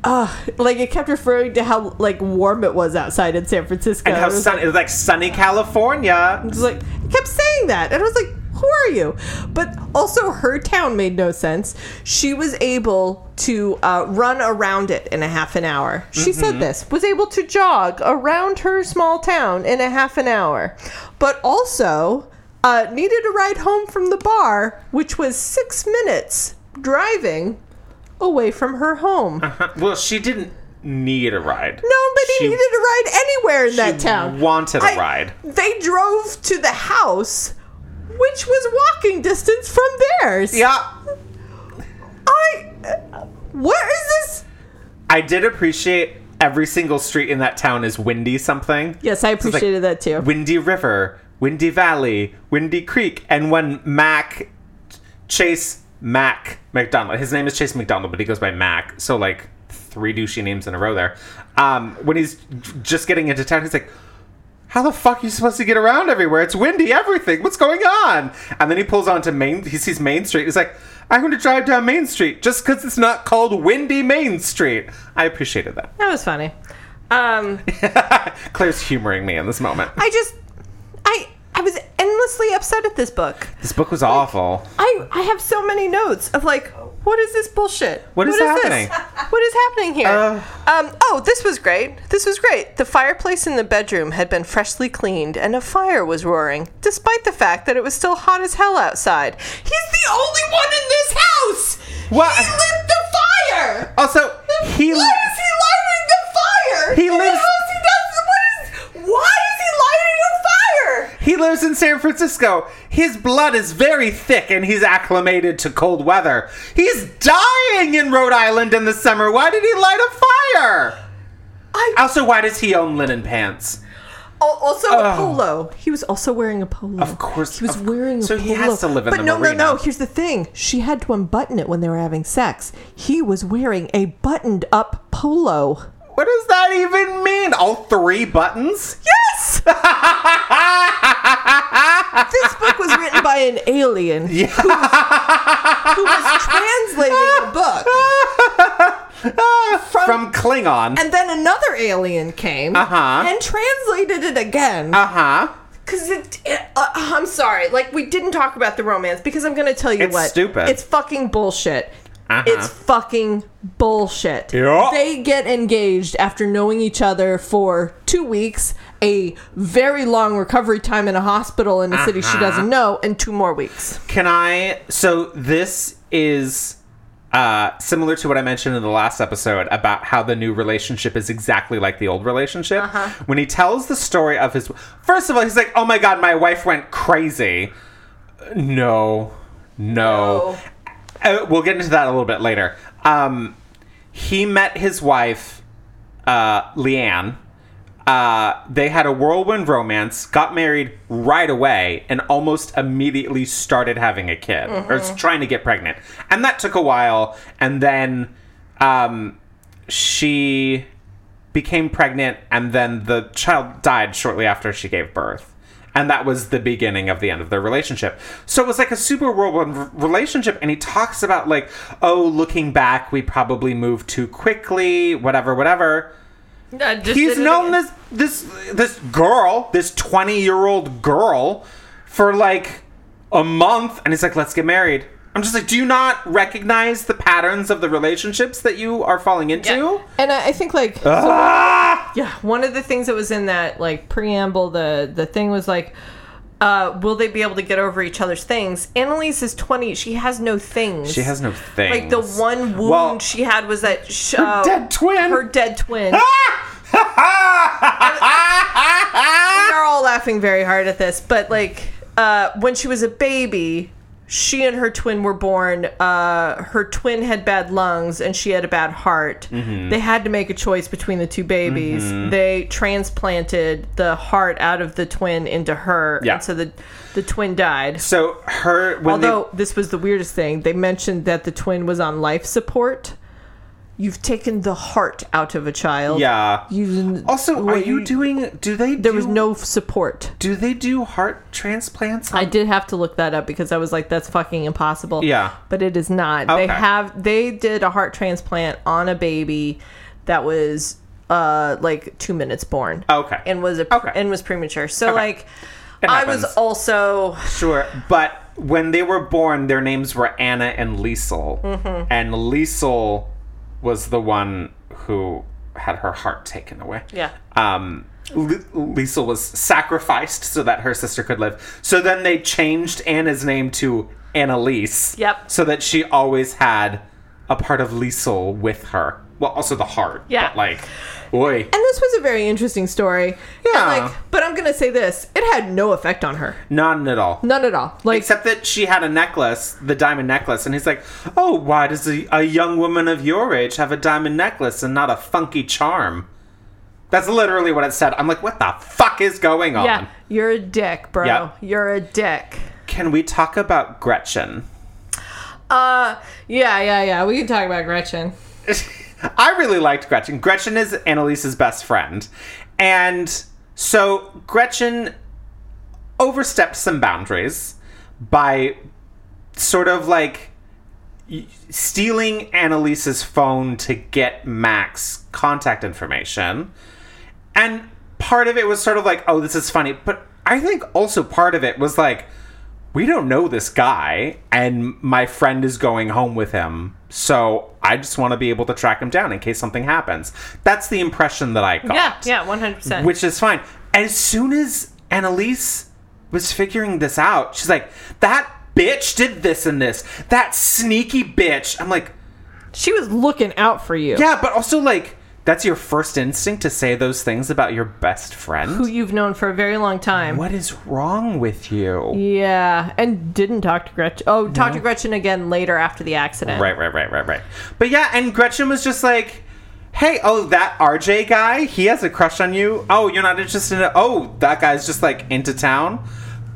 S3: uh, like it kept referring to how like warm it was outside in San Francisco.
S2: And Oh, how
S3: it was
S2: sun? It was like sunny California.
S3: was like it kept saying that, and I was like, "Who are you?" But also, her town made no sense. She was able to uh, run around it in a half an hour. She said this was able to jog around her small town in a half an hour, but also uh, needed a ride home from the bar, which was six minutes driving away from her home.
S2: Uh, Well, she didn't need a ride.
S3: Nobody
S2: She-
S3: needed a ride anywhere in that town.
S2: wanted a
S3: I-
S2: ride.
S3: They drove to the house, which was walking distance from theirs.
S2: Yeah.
S3: I. Where is this?
S2: I did appreciate every single street in that town is windy something.
S3: Yes, I
S2: like-
S3: appreciated that too.
S2: Windy River, Windy Valley, Windy Creek, and when Mac Chase Mac McDonald, his name is Chase McDonald, but he goes by Mac, so like three douchey names in a row there. Um, when he's just getting into town, he's like, "How the fuck are you supposed to get around everywhere? It's windy, everything. What's going on?" And then he pulls onto Main. He sees Main Street. He's like. I'm going to drive down Main Street just because it's not called Windy Main Street. I appreciated that.
S3: That was funny. Um,
S2: Claire's humoring me in this moment.
S3: I just, I, I was endlessly upset at this book.
S2: This book was awful.
S3: I, I have so many notes of like, what is this bullshit?
S2: What is
S3: this? What is happening here?
S2: Uh.
S3: um, oh, this was great. This was great. The fireplace in the bedroom had been freshly cleaned, and a fire was roaring, despite the fact that it was still hot as hell outside. He's the only one in this house.
S2: What?
S3: He lit the fire.
S2: Also, he
S3: Why is he lighting the fire?
S2: He
S3: In the
S2: lives-
S3: house he doesn't- what is- Why is he lighting a fire?
S2: he lives in San Francisco. His blood is very thick and he's acclimated to cold weather. He's dying in Rhode Island in the summer. Why did he light a fire?
S3: I-
S2: also, why does he own linen pants?
S3: Al- Also
S2: Oh.
S3: a polo. He was also wearing a polo.
S2: Of course-
S3: he was
S2: of-
S3: wearing. A
S2: so
S3: polo.
S2: he has to live in
S3: But
S2: the
S3: no,
S2: marina.
S3: no, no. Here's the thing: she had to unbutton it when they were having sex. He was wearing a buttoned-up polo.
S2: What does that even mean? All three buttons?
S3: Yes. this book was written by an alien who, was, who was translating a book,
S2: From, Klingon.
S3: and then another alien came
S2: Uh-huh.
S3: and translated it again.
S2: uh huh.
S3: Because it, it uh, I'm sorry, like we didn't talk about the romance because I'm gonna tell you
S2: It's
S3: what.
S2: stupid. Uh-huh.
S3: It's fucking bullshit. It's fucking bullshit.
S2: Yeah.
S3: They get engaged after knowing each other for two weeks, a very long recovery time in a hospital in a city
S2: Uh-huh.
S3: she doesn't know, and two more weeks.
S2: Can I? So this is uh, similar to what I mentioned in the last episode about how the new relationship is exactly like the old relationship. When he tells the story of his, first of all, he's like, "Oh my god, my wife went crazy." No, no. Uh, we'll get into that a little bit later. Um, he met his wife, uh, Leanne. Uh, they had a whirlwind romance, got married right away, and almost immediately started having a kid or s- trying to get pregnant. And that took a while. And then um, she became pregnant, and then the child died shortly after she gave birth. And that was the beginning of the end of their relationship. So it was like a super whirlwind r- relationship. And he talks about, like, oh, looking back, we probably moved too quickly, whatever, whatever
S1: I just
S2: he's
S1: did it
S2: known
S1: again.
S2: this this this girl, this twenty year old girl, for like a month, and he's like, "Let's get married." I'm just like, "Do you not recognize the patterns of the relationships that you are falling into?"
S3: And I, I think, like,
S2: Uh. Ah!
S3: yeah,
S1: one of the things that was in that like preamble the the thing was like uh, will they be able to get over each other's things? Annalise is 20. She has no things.
S2: She has no thing.
S1: Like the one wound
S2: Well-
S1: she had was that sh- her
S2: dead twin.
S1: Her dead twin. We're all laughing very hard at this, but like uh, when she was a baby, she and her twin were born. Uh, her twin had bad lungs and she had a bad heart.
S2: Mm-hmm.
S1: They had to make a choice between the two babies. They transplanted the heart out of the twin into her,
S2: Yeah.
S1: and so the the twin died.
S2: So her when they-
S1: Although this was the weirdest thing, they mentioned that the twin was on life support. You've taken the heart out of a child.
S2: yeah.
S1: You
S2: also, are
S1: what
S2: you doing? Do they?
S1: There
S2: do,
S1: was no support.
S2: Do they do heart transplants?
S1: I did have to look that up because I was like, that's fucking impossible.
S2: Yeah.
S1: But it is not.
S2: Okay.
S1: They have they did a heart transplant on a baby that was uh like two minutes born.
S2: Okay.
S1: And was a
S2: Oh. Okay.
S1: and was premature. So
S2: Okay.
S1: like
S2: It
S1: I was
S2: happens.
S1: also
S2: Sure, but when they were born, their names were Anna and Liesel,
S1: Mm-hmm.
S2: and Liesel was the one who had her heart taken away.
S1: Yeah.
S2: Um, Li- Liesel was sacrificed so that her sister could live. So then they changed Anna's name to Annalise.
S1: Yep.
S2: So that she always had a part of Liesel with her. Well, also the heart.
S1: Yeah.
S2: But like, boy.
S3: and this was a very interesting story.
S2: Yeah.
S3: And, like, but I'm going to say this it had no effect on her.
S2: None at all.
S3: None at all. Like,
S2: Except that she had a necklace, the diamond necklace, and he's like, "Oh, why does a, a young woman of your age have a diamond necklace and not a funky charm?" That's literally what it said. I'm like, "What the fuck is going on?"
S1: Yeah.
S3: you're a dick, bro.
S2: Yeah.
S3: You're a dick.
S2: Can we talk about Gretchen?
S3: Uh, yeah, yeah, yeah. We can talk about Gretchen.
S2: I really liked Gretchen. Gretchen is Annalise's best friend, and so Gretchen overstepped some boundaries by sort of like stealing Annalise's phone to get Max contact information. And part of it was sort of like, oh, this is funny. But I think also part of it was like, we don't know this guy, and my friend is going home with him. So I just want to be able to track him down in case something happens. That's the impression that I got.
S1: Yeah, yeah, one hundred percent.
S2: Which is fine. As soon as Annalise was figuring this out, she's like, that bitch did this and this. That sneaky bitch. I'm like,
S3: She was looking out for you.
S2: yeah, but also, like, that's your first instinct to say those things about your best
S1: Who
S2: friend?
S1: you've known for a very long time.
S2: What is wrong with you?
S3: Yeah, and didn't talk to Gretchen.
S1: Oh, talk to Gretchen again later after the accident.
S2: Right, right, right, right, right. But yeah, and Gretchen was just like, hey, oh, that RJ guy, he has a crush on you. Oh, you're not interested in it. Oh, that guy's just like into town.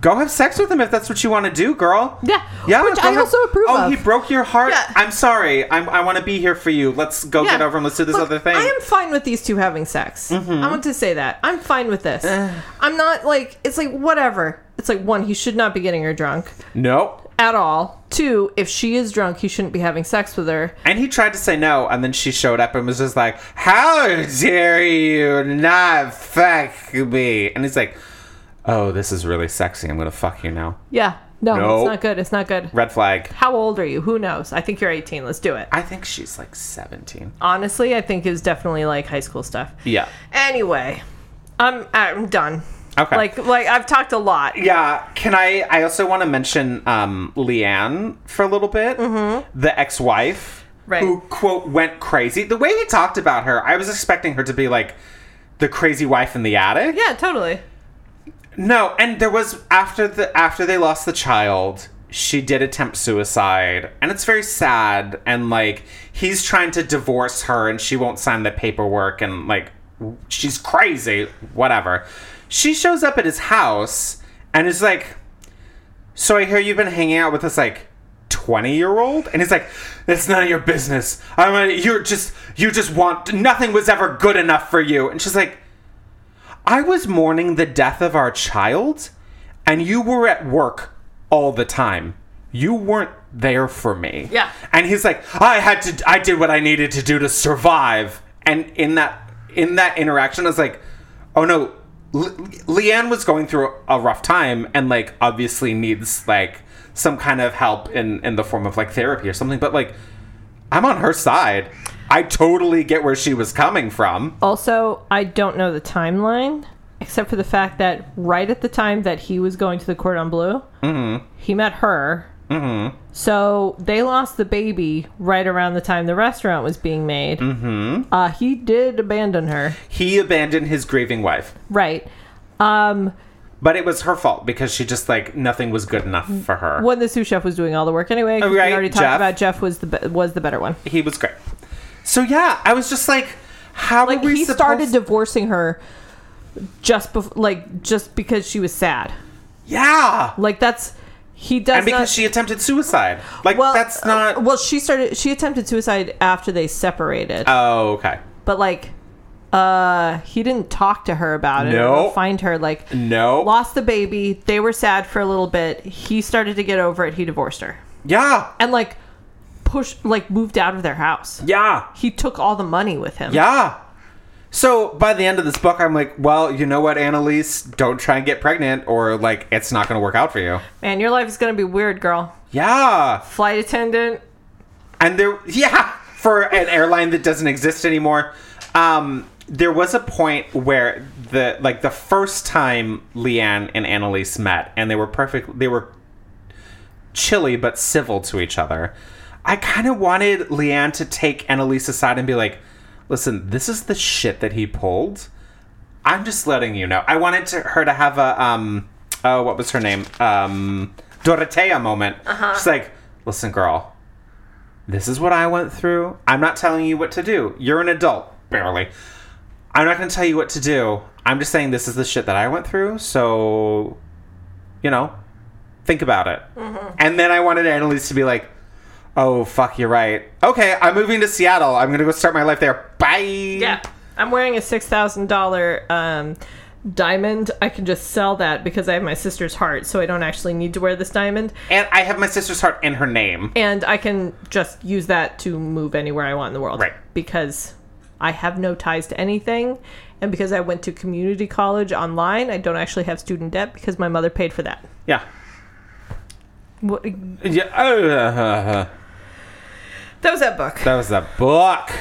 S2: Go have sex with him if that's what you want to do, girl.
S3: Yeah,
S2: Yeah,
S3: which
S2: go
S3: I
S2: have-
S3: also approve
S2: Oh,
S3: of.
S2: he broke your heart.
S3: Yeah.
S2: I'm sorry. I'm, I want to be here for you. Let's go
S3: Yeah.
S2: get over and let's do this
S3: Look,
S2: other thing. Mm-hmm.
S3: I am fine with these two having sex. I want to say that. I'm fine with this.
S2: Eh.
S3: I'm not like, it's like, whatever. It's like, one, he should not be getting her drunk
S2: no.
S3: at all. Two, if she is drunk, he shouldn't be having sex with her.
S2: And he tried to say no, and then she showed up and was just like, "How dare you not fuck me?" And he's like, "Oh, this is really sexy. I'm gonna fuck you now."
S3: Yeah. No,
S2: No.
S3: it's not good. It's not good.
S2: Red flag.
S3: How old are you? Who knows? I think you're 18. Let's do it.
S2: I think she's like 17.
S3: Honestly, I think it's definitely like high school stuff.
S2: Yeah.
S3: Anyway, I'm I'm done.
S2: Okay.
S3: Like like I've talked a lot.
S2: Yeah, can I? I also want to mention um, Leanne for a little bit, the ex-wife,
S3: Mm-hmm. Right.
S2: who quote went crazy. The way he talked about her, I was expecting her to be like the crazy wife in the attic.
S3: Yeah, totally.
S2: No, and there was after the after they lost the child, she did attempt suicide, and it's very sad. And like he's trying to divorce her, and she won't sign the paperwork, and like she's crazy, whatever. She shows up at his house and is like, "So I hear you've been hanging out with this like." 20 year old and he's like that's none of your business i'm a, you're just you just want nothing was ever good enough for you and she's like I was mourning the death of our child, and you were at work all the time. You weren't there for me.
S3: Yeah.
S2: And he's like, I had to, I did what I needed to do to survive. And in that, in that interaction, I was like, oh no, Le- Leanne was going through a rough time, and like obviously needs like some kind of help in in the form of like therapy or something. But like, I'm on her side. I totally get where she was coming from.
S1: Oh.
S3: Also, I don't know the timeline except for the fact that right at the time that he was going to the cordon bleu, he met her. Mm-hmm. So they lost the baby right around the time the restaurant was being made. Mm-hmm. Uh, he did abandon her.
S2: He abandoned his grieving wife.
S3: Right. Um,
S2: But it was her fault because she just like nothing was good enough for her.
S3: when the sous chef was doing all the work anyway. 'cause
S2: Right,
S3: we already talked
S2: Jeff.
S3: about Jeff was the be- was the better one.
S2: He was great. So yeah, I was just like, how
S3: Like
S2: are we
S3: he
S2: supposed-
S3: started divorcing her just bef- like just because she was sad.
S2: yeah,
S3: Like that's he does
S2: and because
S3: not-
S2: she attempted suicide. Like
S3: well
S2: that's not.
S3: uh, well she started she attempted suicide after they separated.
S2: oh okay.
S3: but like uh he didn't talk to her about it.
S2: No.
S3: Or find her like
S2: No.
S3: lost the baby. They were sad for a little bit. He started to get over it. He divorced her.
S2: yeah.
S3: And like push like moved out of their house.
S2: Yeah.
S3: He took all the money with him.
S2: Yeah. So by the end of this book, I'm like, well, you know what, Annalise, don't try and get pregnant, or like it's not going to work out for you.
S3: Man, your life is gonna be weird, girl.
S2: Yeah.
S3: Flight attendant.
S2: and there yeah for an airline that doesn't exist anymore um there was a point where the like the first time leanne and annalise met and they were perfect they were chilly but civil to each other i kind of wanted leanne to take annalise aside and be like listen this is the shit that he pulled i'm just letting you know i wanted to, her to have a um oh what was her name um dorotea moment she's like listen girl this is what I went through. I'm not telling you what to do. You're an adult, barely. I'm not going to tell you what to do. I'm just saying this is the shit that I went through. So, you know, think about it. And then I wanted Annalise to be like, oh, fuck, you're right. Okay, I'm moving to Seattle. I'm going to go start my life there. Bye.
S3: Yeah. I'm wearing a six thousand dollar um diamond. I can just sell that because I have my sister's heart, so I don't actually need to wear this diamond.
S2: And I have my sister's heart and her name.
S3: And I can just use that to move anywhere I want in the world.
S2: Right.
S3: Because I have no ties to anything. And because I went to community college online, I don't actually have student debt because my mother paid for that.
S2: Yeah.
S3: What-
S2: Yeah. uh,
S3: That was that book.
S2: that was the book.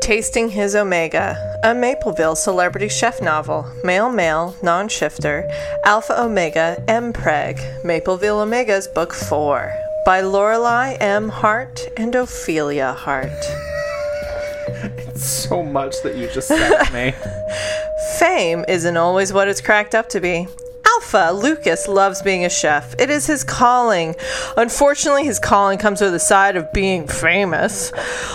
S1: Tasting His Omega, a Mapleville celebrity chef novel, male male, non shifter, Alpha Omega, M Preg, Mapleville Omega's Book 4, by Lorelei M. Hart and Ophelia Hart.
S2: So much that you just said to me.
S1: Fame isn't always what it's cracked up to be. Alpha Lucas loves being a chef. It is his calling. Unfortunately, his calling comes with a side of being famous.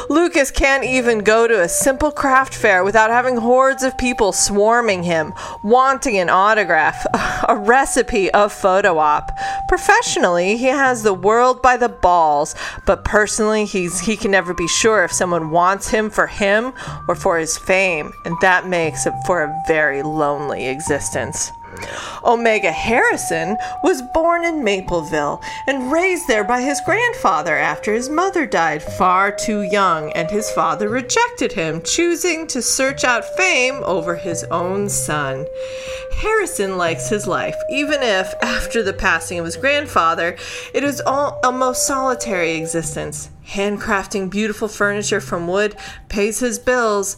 S1: Lucas can't even go to a simple craft fair without having hordes of people swarming him, wanting an autograph, a recipe, a photo op. Professionally, he has the world by the balls, but personally, he's he can never be sure if someone wants him for him or for his fame, and that makes it for a very lonely existence. Omega Harrison was born in Mapleville and raised there by his grandfather after his mother died far too young, and his father rejected him, choosing to search out fame over his own son. Harrison likes his life, even if, after the passing of his grandfather, it is all a most solitary existence. Handcrafting beautiful furniture from wood pays his bills,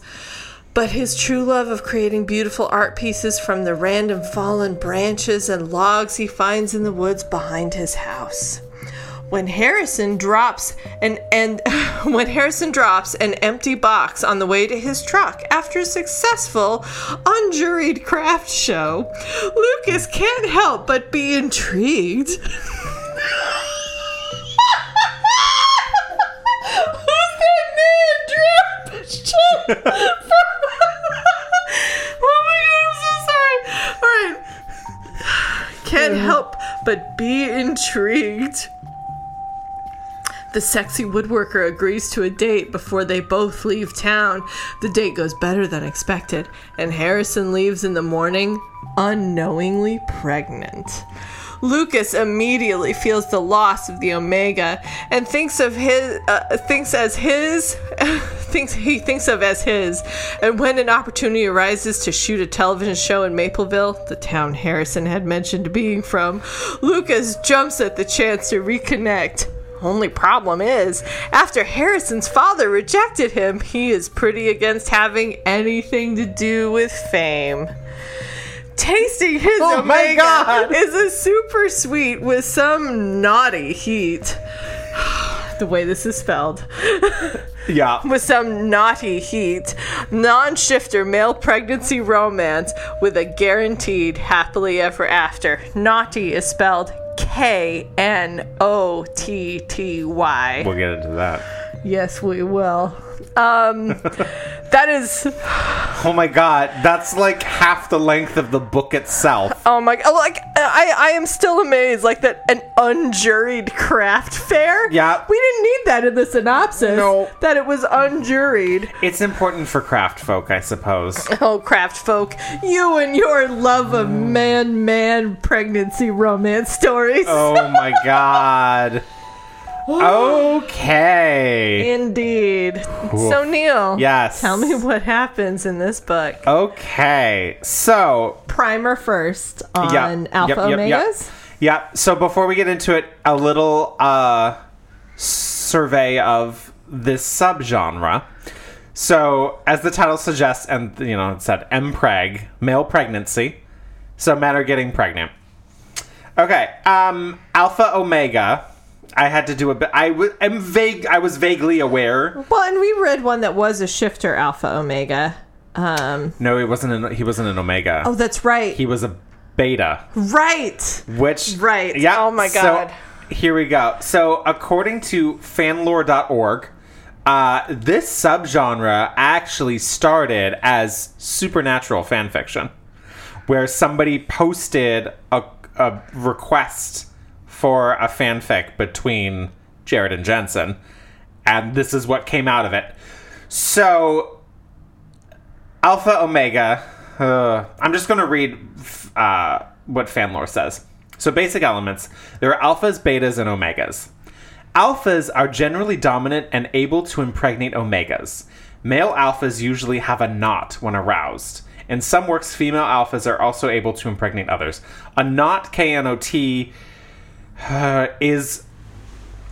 S1: but his true love of creating beautiful art pieces from the random fallen branches and logs he finds in the woods behind his house when Harrison drops an and when Harrison drops an empty box on the way to his truck after a successful unjuried craft show, Lucas can't help but be intrigued. Who's that man, Drew? Shit. oh my god, I'm so sorry. All right. Can't help but be intrigued. The sexy woodworker agrees to a date before they both leave town. The date goes better than expected, and Harrison leaves in the morning, unknowingly pregnant. Lucas immediately feels the loss of the Omega and thinks of his uh, thinks as his thinks he thinks of as his. And when an opportunity arises to shoot a television show in Mapleville, the town Harrison had mentioned being from, Lucas jumps at the chance to reconnect. Only problem is, after Harrison's father rejected him, he is pretty against having anything to do with fame. Tasting his
S2: Oh my
S1: omega
S2: God.
S1: is a super sweet with some naughty heat. the way this is spelled
S2: Yeah.
S1: with some naughty heat, non shifter male pregnancy romance with a guaranteed happily ever after. Naughty is spelled K N O T T Y.
S2: We'll get into that.
S1: Yes, we will. Um, that is,
S2: Oh my god, that's like half the length of the book itself.
S1: oh my, oh, like, I, I am still amazed, like, that an unjuried craft fair?
S2: Yeah.
S3: We didn't need that in the synopsis.
S2: No.
S3: That it was unjuried.
S2: It's important for craft folk, I suppose.
S1: Oh, craft folk.
S3: You and your love of
S2: Mm.
S3: man man pregnancy romance stories.
S2: Oh my god. Okay.
S1: Indeed. So, Neil,
S2: Yes.
S1: tell me what happens in this book.
S2: Okay. So,
S3: Primer first on
S2: yeah.
S3: Alpha
S2: yep,
S3: Omegas.
S2: yep, yep. Yeah. So before we get into it, a little uh, survey of this subgenre. So, as the title suggests, and you know, it said "mpreg," male pregnancy. So, men are getting pregnant. Okay. Um, Alpha Omega. I had to do a bit. I w- I'm vague. I was vaguely aware.
S3: Well, and we read one that was a shifter Alpha Omega. Um,
S2: No, he wasn't. An, he wasn't an Omega.
S3: oh, that's right.
S2: He was a beta.
S3: right.
S2: Which
S1: Right.
S2: Yeah.
S1: Oh my
S2: so
S1: God.
S2: here we go. So according to fanlore.org, uh, this subgenre actually started as supernatural fan fiction, where somebody posted a, a request for a fanfic between Jared and Jensen, and this is what came out of it. So Alpha Omega. Uh, I'm just going to read f- uh, what Fanlore says. So, basic elements there are alphas, betas, and omegas. Alphas are generally dominant and able to impregnate omegas. Male alphas usually have a knot when aroused. In some works, female alphas are also able to impregnate others. A knot, K N O T, uh, is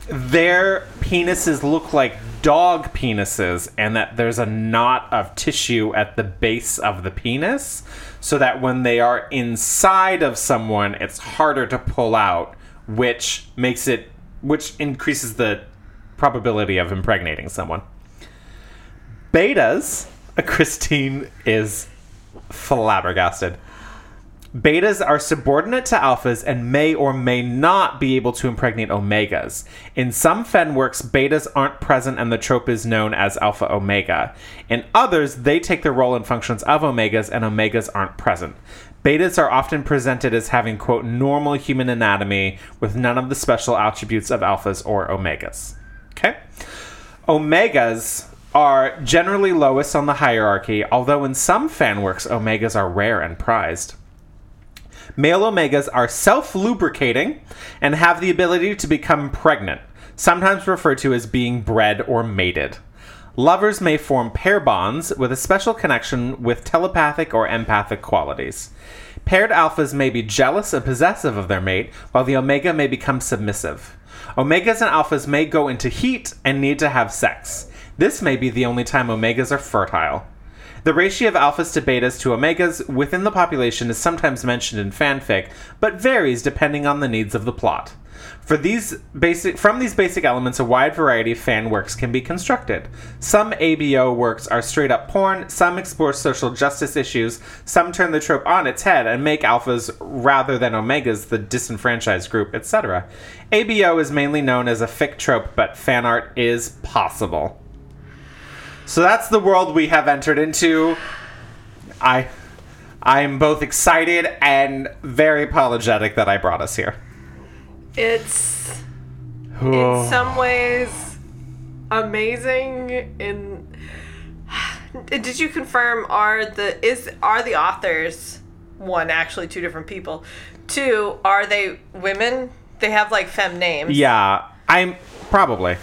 S2: their penises look like dog penises and that there's a knot of tissue at the base of the penis so that when they are inside of someone it's harder to pull out which makes it which increases the probability of impregnating someone betas christine is flabbergasted Betas are subordinate to alphas and may or may not be able to impregnate omegas. In some fen works, betas aren't present and the trope is known as alpha omega. In others, they take the role and functions of omegas and omegas aren't present. Betas are often presented as having, quote, normal human anatomy with none of the special attributes of alphas or omegas. Okay? Omegas are generally lowest on the hierarchy, although in some fan works, omegas are rare and prized. Male omegas are self lubricating and have the ability to become pregnant, sometimes referred to as being bred or mated. Lovers may form pair bonds with a special connection with telepathic or empathic qualities. Paired alphas may be jealous and possessive of their mate, while the omega may become submissive. Omegas and alphas may go into heat and need to have sex. This may be the only time omegas are fertile. The ratio of alphas to betas to omegas within the population is sometimes mentioned in fanfic, but varies depending on the needs of the plot. For these basic, from these basic elements, a wide variety of fan works can be constructed. Some ABO works are straight up porn, some explore social justice issues, some turn the trope on its head and make alphas rather than omegas the disenfranchised group, etc. ABO is mainly known as a fic trope, but fan art is possible. So that's the world we have entered into. I I'm both excited and very apologetic that I brought us here.
S3: It's in some ways amazing. In did you confirm are the is are the authors one actually two different people? Two are they women? They have like fem names.
S2: Yeah, I'm probably.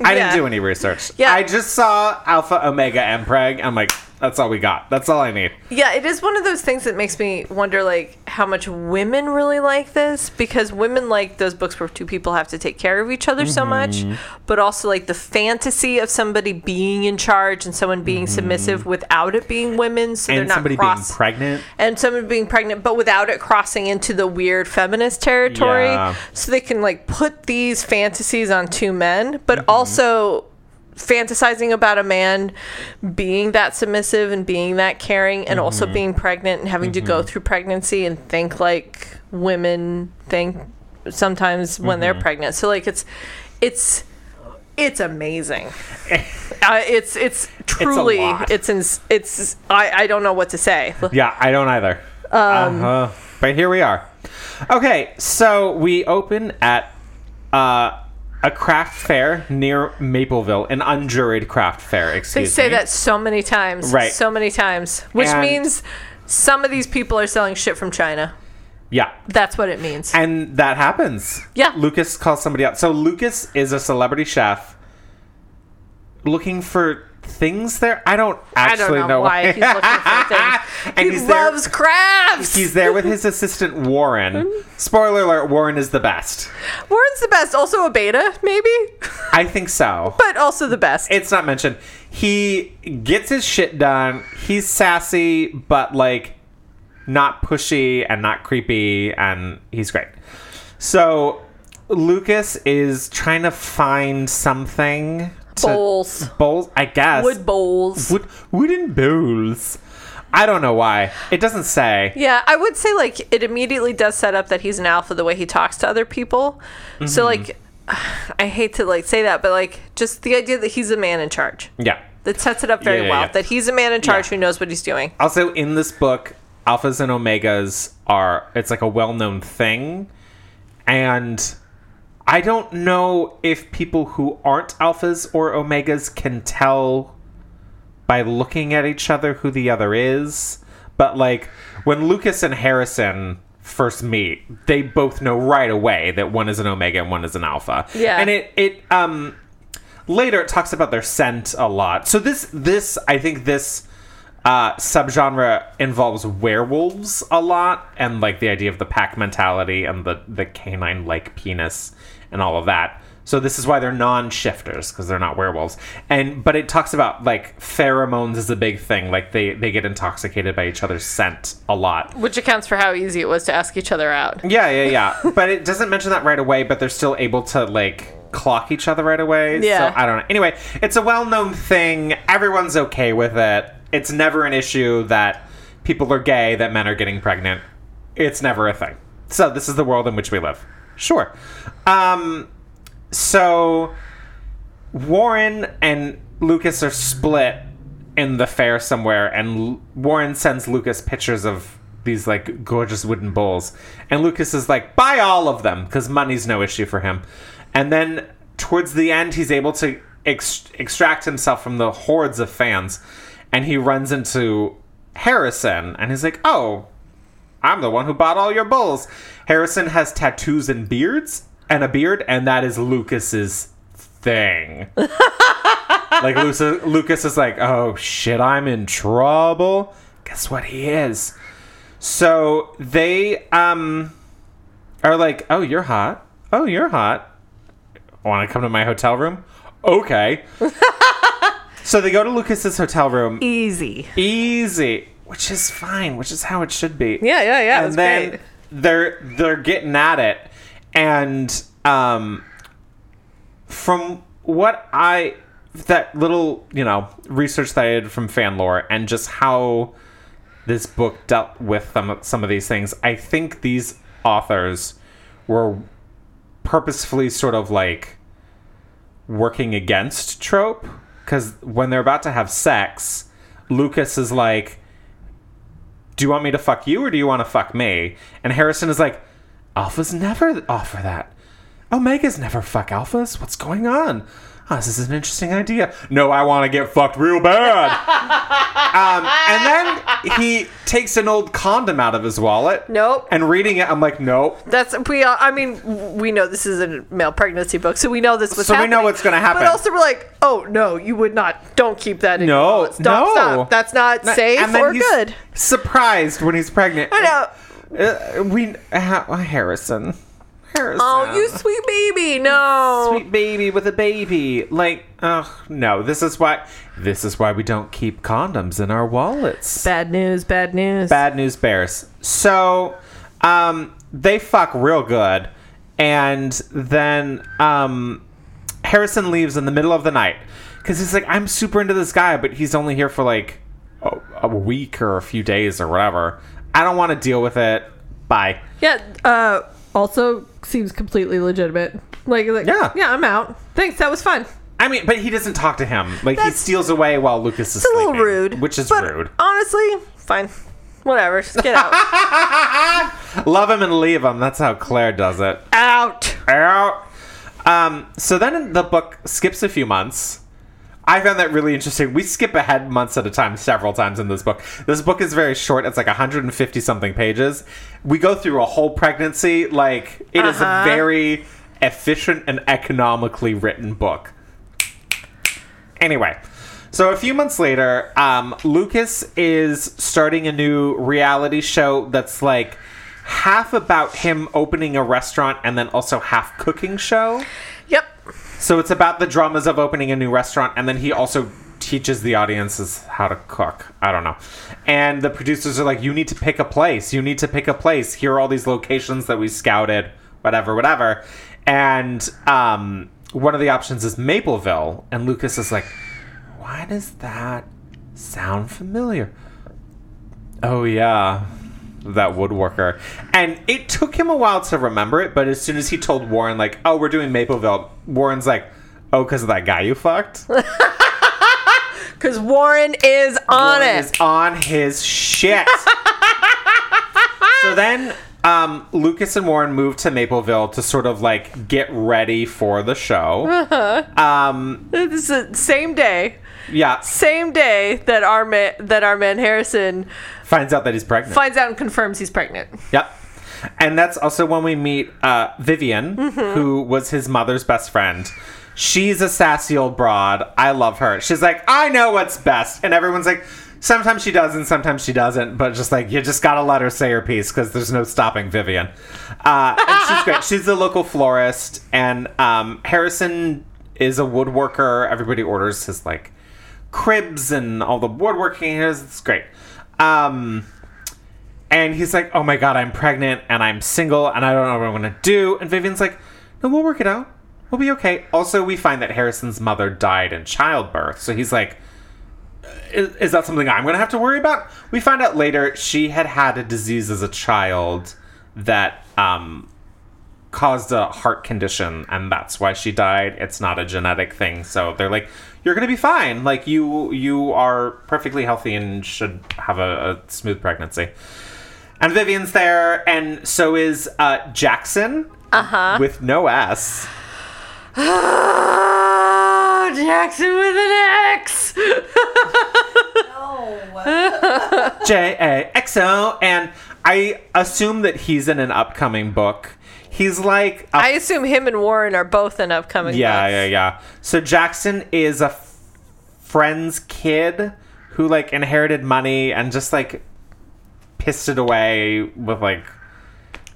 S2: I didn't
S3: Yeah.
S2: do any research.
S3: Yeah.
S2: I just saw Alpha Omega and Preg. I'm like, that's all we got. That's all I need.
S3: Yeah, it is one of those things that makes me wonder, like, how much women really like this because women like those books where two people have to take care of each other so
S2: Mm-hmm.
S3: much, but also like the fantasy of somebody being in charge and someone being submissive without it being women, so
S2: Mm-hmm. And
S3: they're
S2: somebody
S3: not cross-
S2: being pregnant.
S3: and someone being pregnant, but without it crossing into the weird feminist territory,
S2: Yeah.
S3: so they can like put these fantasies on two men, but
S2: Mm-hmm.
S3: also fantasizing about a man being that submissive and being that caring and also
S2: Mm-hmm.
S3: being pregnant and having to go through pregnancy and think like women think sometimes when
S2: Mm-hmm.
S3: they're pregnant. So like it's it's it's amazing. uh, it's it's truly
S2: lot.
S3: it's ins it's I I don't know what to say.
S2: Yeah, I don't either.
S3: Um,
S2: uh-huh. But here we are. Okay, so we open at uh, a craft fair near Mapleville, an unjuried craft fair.
S3: They
S2: Excuse
S3: say
S2: me.
S3: that so many times.
S2: Right.
S3: So many times. Which
S2: And-
S3: means some of these people are selling shit from China.
S2: Yeah,
S3: That's what it means.
S2: And that happens.
S3: Yeah.
S2: Lucas calls somebody out. So Lucas is a celebrity chef looking for things there. I don't
S3: I
S2: actually
S3: don't know, why he's looking for things.
S2: And
S3: he
S2: he's there-
S3: loves crafts.
S2: He's there with his assistant Warren. Spoiler alert, Warren is the best.
S3: Warren's the best. Also a beta, maybe,
S2: I think so.
S3: but also the best.
S2: It's not mentioned. He gets his shit done. He's sassy, but like not pushy and not creepy, and he's great. So Lucas is trying to find something. To,
S3: bowls,
S2: Bowls, I guess.
S3: wood bowls.
S2: Wood, wooden bowls. I don't know why. It doesn't say.
S3: Yeah, I would say like it immediately does set up that he's an alpha the way he talks to other people. So
S2: Mm-hmm.
S3: like, I hate to like say that, but like just the idea that he's a man in charge.
S2: Yeah.
S3: That sets it up very
S2: Yeah, yeah,
S3: well.
S2: yeah.
S3: That he's a man in charge
S2: Yeah.
S3: who knows what he's doing.
S2: Also, in this book, alphas and omegas are it's like a well-known thing, and I don't know if people who aren't alphas or omegas can tell by looking at each other who the other is. But like when Lucas and Harrison first meet, they both know right away that one is an omega and one is an alpha.
S3: Yeah.
S2: and it it um later it talks about their scent a lot. So this this I think this uh, subgenre involves werewolves a lot and like the idea of the pack mentality and the the canine like penis and all of that. So this is why they're non-shifters because they're not werewolves. And but it talks about like pheromones is a big thing. Like they they get intoxicated by each other's scent a lot.
S3: Which accounts for how easy it was to ask each other out.
S2: Yeah, yeah, yeah. but it doesn't mention that right away, but they're still able to like clock each other right away.
S3: Yeah.
S2: So I don't know. Anyway, it's a well known thing. Everyone's okay with it. It's never an issue that people are gay, that men are getting pregnant. It's never a thing. So this is the world in which we live. Sure. Um so Warren and Lucas are split in the fair somewhere, and L- Warren sends Lucas pictures of these like gorgeous wooden bowls, and Lucas is like, "Buy all of them," because money's no issue for him. And then towards the end, he's able to ex- extract himself from the hordes of fans, and he runs into Harrison, and he's like, "Oh, I'm the one who bought all your bulls. Harrison has tattoos and beards and a beard, and that is Lucas's thing. like Lucas, Lucas is like, oh shit, I'm in trouble. Guess what he is? So they um are like, "Oh, you're hot. Oh, you're hot. Want to come to my hotel room? Okay." so they go to Lucas's hotel room.
S3: Easy.
S2: Easy, which is fine, which is how it should be.
S1: Yeah, yeah, yeah. it
S2: And
S1: was
S2: then
S1: great.
S2: they're they're getting at it, and um, from what I that little you know research that I did from fan lore and just how this book dealt with some some of these things, I think these authors were purposefully sort of like working against trope because when they're about to have sex, Lucas is like, "Do you want me to fuck you or do you want to fuck me?" And Harrison is like, "Alphas never offer that. Omegas never fuck alphas. What's going on?" Oh, this is an interesting idea. No, I want to get fucked real bad. um, and then he takes an old condom out of his wallet.
S1: Nope.
S2: And reading it, I'm like, nope.
S1: That's we. All, I mean, we know this is a male pregnancy book, so we know this was.
S2: So we know what's gonna happen.
S1: But also, we're like, oh no, you would not. Don't keep that. in
S2: No,
S1: your wallet. stop,
S2: no.
S1: stop. That's not safe
S2: And then
S1: or
S2: he's
S1: good.
S2: Surprised when he's pregnant.
S1: I know.
S2: Uh, we ha- Harrison. Harrison.
S1: Oh, you sweet baby. No.
S2: sweet baby with a baby. Like, oh no. This is why. This is why we don't keep condoms in our wallets.
S3: Bad news. Bad news.
S2: Bad news bears. So, um, they fuck real good, and then um, Harrison leaves in the middle of the night because he's like, I'm super into this guy, but he's only here for like a, a week or a few days or whatever. I don't want to deal with it. Bye.
S3: Yeah. Uh, also seems completely legitimate. Like, like
S2: Yeah.
S3: yeah, I'm out. Thanks. That was fun.
S2: I mean, but he doesn't talk to him. Like he
S1: That's-
S2: steals away while Lucas
S1: It's
S2: is
S1: a little
S2: sleeping,
S1: rude.
S2: which is
S1: but
S2: rude.
S1: Honestly, fine. Whatever. Just get out.
S2: Love him and leave him. That's how Claire does it.
S1: out.
S2: Ow. Um, so then the book skips a few months. I found that really interesting. We skip ahead months at a time several times in this book. This book is very short. It's like 150 something pages. We go through a whole pregnancy. Like it is
S1: Uh-huh.
S2: a very efficient and economically written book. Anyway, so a few months later, um, Lucas is starting a new reality show that's like half about him opening a restaurant and then also half cooking show.
S1: Yep.
S2: So it's about the dramas of opening a new restaurant, and then he also teaches the audiences how to cook. I don't know. And the producers are like, "You need to pick a place. You need to pick a place. Here are all these locations that we scouted. Whatever, whatever." And um, one of the options is Mapleville, and Lucas is like, "Why does that sound familiar?" Oh yeah, that woodworker. And it took him a while to remember it, but as soon as he told Warren, like, oh, we're doing Mapleville, Warren's like, oh, because of that guy you fucked? Warren
S1: Because Warren is on
S2: is
S1: it.
S2: on his shit. so then um, Lucas and Warren moved to Mapleville to sort of like get ready for the show. Um,
S1: This is the same day.
S2: yeah,
S1: Same day that our man, that our man Harrison
S2: finds out that he's pregnant.
S1: finds out and confirms he's pregnant.
S2: Yep. And that's also when we meet uh, Vivian, who was his mother's best friend. She's a sassy old broad. I love her. She's like, I know what's best. And everyone's like, sometimes she does and sometimes she doesn't. But just like, you just got to let her say her piece because there's no stopping Vivian. Uh, and she's great. She's the local florist. And um, Harrison is a woodworker. Everybody orders his like cribs and all the woodworking. It's great. Um, and he's like, "Oh my god, I'm pregnant and I'm single and I don't know what I'm gonna do." And Vivian's like, "No, we'll work it out. We'll be okay." Also, we find that Harrison's mother died in childbirth, so he's like, "Is, is that something I'm gonna have to worry about?" We find out later she had had a disease as a child that um, caused a heart condition, and that's why she died. It's not a genetic thing, so they're like. You're gonna be fine. Like you, you are perfectly healthy and should have a, a smooth pregnancy. And Vivian's there, and so is uh, Jackson. Uh
S5: Uh-huh.
S2: huh. With no S.
S1: Oh, Jackson with an X.
S4: No.
S2: J A X O. And I assume that he's in an upcoming book. He's like. A,
S1: I assume him and Warren are both in upcoming.
S2: yeah,
S1: books.
S2: yeah, yeah. So Jackson is a f- friend's kid who, like, inherited money and just, like, pissed it away with like.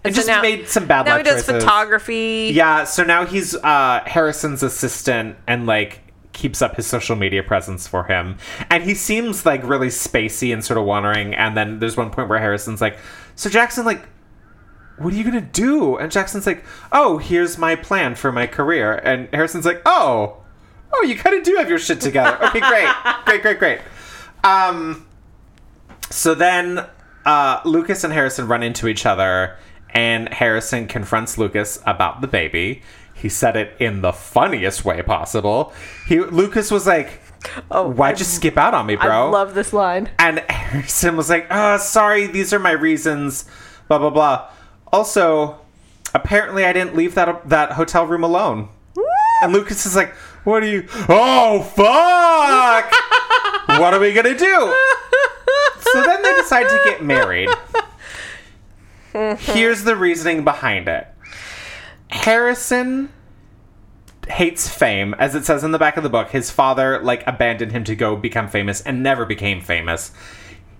S2: It
S5: so
S2: just
S5: now-
S2: made some bad
S5: now
S2: luck
S5: he does
S2: choices.
S5: photography.
S2: Yeah, so now he's uh, Harrison's assistant and like keeps up his social media presence for him. And he seems like really spacey and sort of wandering. And then there's one point where Harrison's like, So Jackson, like, what are you gonna do? And Jackson's like, Oh, here's my plan for my career. And Harrison's like, Oh, oh, you kind of do have your shit together. Okay, great, great, great, great. Um, so then uh, Lucas and Harrison run into each other, and Harrison confronts Lucas about the baby. He said it in the funniest way possible. He Lucas was like, "Oh, why'd you skip out on me, bro?"
S3: I love this line.
S2: And Harrison was like, oh, sorry, these are my reasons, blah, blah, blah. Also, apparently I didn't leave that, that hotel room alone. And Lucas is like, what are you? Oh, fuck! what are we gonna do? So then they decide to get married. Here's the reasoning behind it Harrison hates fame as it says in the back of the book his father like abandoned him to go become famous and never became famous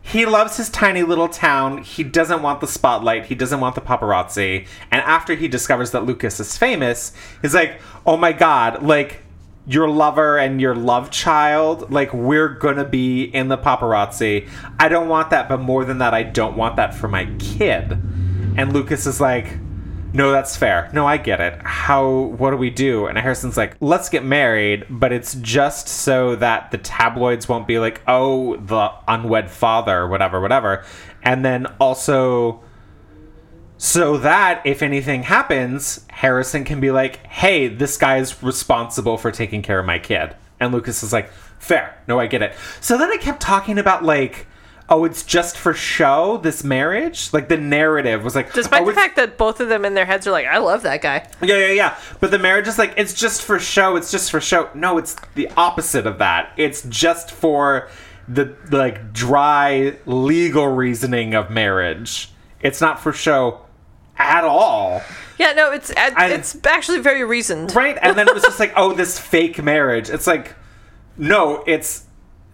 S2: he loves his tiny little town he doesn't want the spotlight he doesn't want the paparazzi and after he discovers that lucas is famous he's like oh my god like your lover and your love child like we're gonna be in the paparazzi i don't want that but more than that i don't want that for my kid and lucas is like no, that's fair. No, I get it. How, what do we do? And Harrison's like, let's get married, but it's just so that the tabloids won't be like, oh, the unwed father, whatever, whatever. And then also, so that if anything happens, Harrison can be like, hey, this guy's responsible for taking care of my kid. And Lucas is like, fair. No, I get it. So then I kept talking about like, Oh, it's just for show, this marriage? Like, the narrative was like.
S5: Despite
S2: oh,
S5: the
S2: it's-
S5: fact that both of them in their heads are like, I love that guy.
S2: yeah, yeah, yeah. But the marriage is like, it's just for show, it's just for show. No, it's the opposite of that. It's just for the like dry legal reasoning of marriage. It's not for show at all.
S5: Yeah, no, it's
S1: uh,
S5: it's actually very reasoned.
S2: Right? And then it was just like, oh, this fake marriage. It's like, no, it's